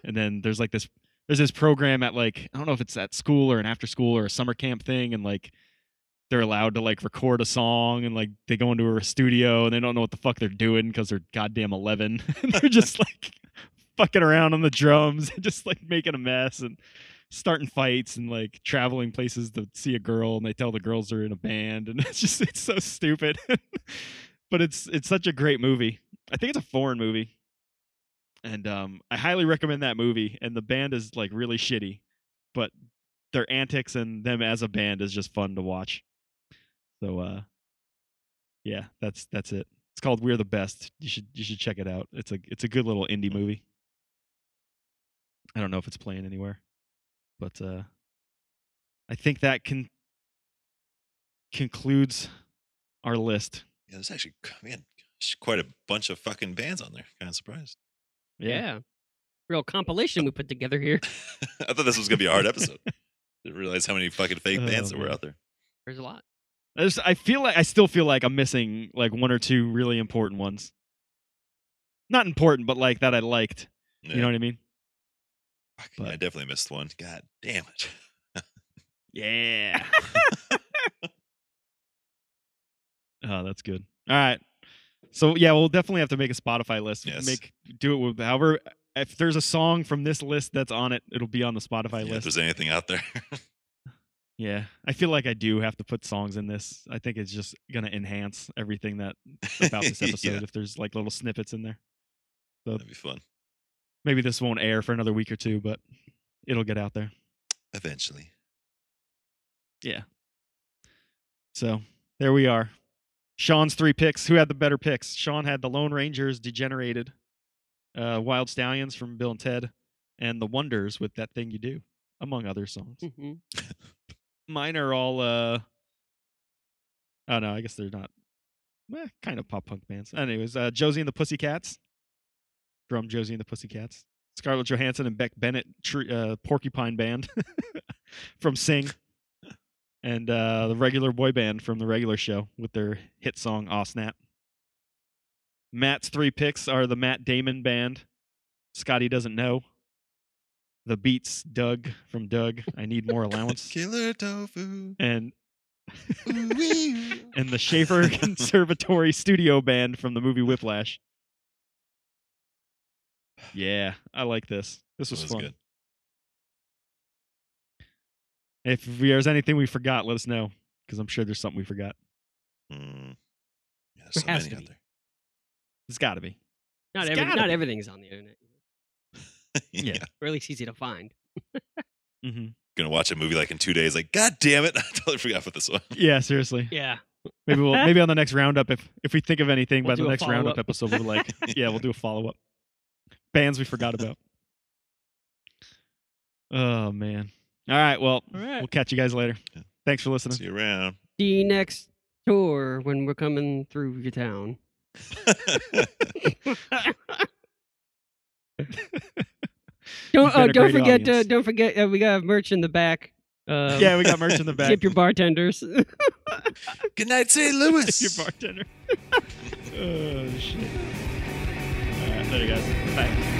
Speaker 3: and then there's like this. There's this program at like I don't know if it's at school or an after school or a summer camp thing, and like they're allowed to like record a song and like they go into a studio and they don't know what the fuck they're doing because they're goddamn 11 and they're just like fucking around on the drums and just like making a mess and starting fights and like traveling places to see a girl and they tell the girls they're in a band and it's just it's so stupid but it's it's such a great movie i think it's a foreign movie and um i highly recommend that movie and the band is like really shitty but their antics and them as a band is just fun to watch so uh yeah, that's that's it. It's called We're the Best. You should you should check it out. It's a it's a good little indie movie. I don't know if it's playing anywhere. But uh I think that can concludes our list.
Speaker 2: Yeah, there's actually we had sh- quite a bunch of fucking bands on there. Kind of surprised.
Speaker 1: Real compilation we put together here.
Speaker 2: I thought this was gonna be a hard episode. Didn't realize how many fucking fake
Speaker 3: Oh,
Speaker 2: bands there were
Speaker 3: man.
Speaker 2: out there.
Speaker 1: There's a lot.
Speaker 3: I just I feel like I still feel like I'm missing like one or two really important ones. Not important, but like that I liked.
Speaker 2: Yeah.
Speaker 3: You know what I mean?
Speaker 2: Fuck,
Speaker 3: but-
Speaker 2: I definitely missed one. God damn it.
Speaker 3: Yeah. oh, that's good. All right. So yeah, we'll definitely have to make a Spotify list.
Speaker 2: Yes.
Speaker 3: Make do it with however if there's a song from this list that's on it, it'll be on the Spotify
Speaker 2: Yeah, if
Speaker 3: list.
Speaker 2: there's anything out there.
Speaker 3: Yeah, I feel like I do have to put songs in this. I think it's just gonna enhance everything that about this
Speaker 2: Yeah.
Speaker 3: episode if there's like little snippets in there.
Speaker 2: That'd be fun.
Speaker 3: Maybe this won't air for another week or two, but it'll get out there.
Speaker 2: Eventually.
Speaker 3: So there we are. Sean's three picks. Who had the better picks? Sean had the Lone Rangers, Degenerated, uh, Wild Stallions from Bill and Ted, and The Wonders with That Thing You Do, among other songs.
Speaker 1: Mm-hmm.
Speaker 3: Mine are all. uh Oh no, I guess they're not. Well, kind of pop punk bands. Anyways, uh, Josie and the Pussycats, from Josie and the Pussycats, Scarlett Johansson and Beck Bennett, tree, uh, Porcupine Band from Sing, and uh, the regular boy band from the regular show with their hit song "Aw Snap." Matt's three picks are the Matt Damon Band, Scotty doesn't know, the Beats Doug from Doug. I need more allowance
Speaker 2: Killer tofu.
Speaker 3: and
Speaker 2: Ooh-wee.
Speaker 3: and the Schaefer Conservatory Studio Band from the movie Whiplash. Yeah, I like this. This was,
Speaker 2: That was
Speaker 3: fun.
Speaker 2: good.
Speaker 3: If there's anything we forgot, let us know because I'm sure there's something we forgot.
Speaker 2: Mm. Yeah, there's
Speaker 1: There
Speaker 2: so
Speaker 1: has
Speaker 2: many
Speaker 1: to
Speaker 2: out
Speaker 1: be.
Speaker 2: there.
Speaker 3: It's got to be.
Speaker 1: Not
Speaker 3: It's
Speaker 1: every,
Speaker 3: gotta
Speaker 1: not
Speaker 3: be.
Speaker 1: everything's on the internet,
Speaker 2: yeah.
Speaker 1: or at least easy to find. Mm-hmm.
Speaker 3: hmm
Speaker 2: Gonna watch a movie like in two days. Like, God damn it. I totally forgot about this one.
Speaker 3: Yeah, seriously.
Speaker 1: Yeah,
Speaker 3: Maybe we'll maybe on the next roundup if if we think of anything
Speaker 1: We'll
Speaker 3: by
Speaker 1: do
Speaker 3: the
Speaker 1: a
Speaker 3: next roundup
Speaker 1: follow-up.
Speaker 3: episode, we're like, yeah, we'll do a follow up. Bands we forgot about. oh man. All right. Well,
Speaker 1: All right.
Speaker 3: we'll catch you guys later.
Speaker 2: Yeah.
Speaker 3: Thanks for listening.
Speaker 2: See you around.
Speaker 1: the next tour when we're coming through your town.
Speaker 3: You've
Speaker 1: don't
Speaker 3: got
Speaker 1: oh,
Speaker 3: a
Speaker 1: don't
Speaker 3: great
Speaker 1: forget uh,
Speaker 3: audience.
Speaker 1: don't forget uh, we got merch in the back. Um,
Speaker 3: yeah, we got merch in the back.
Speaker 1: tip your bartenders.
Speaker 2: Good night, St. Louis.
Speaker 3: your bartender. oh shit. All right, later guys. Bye.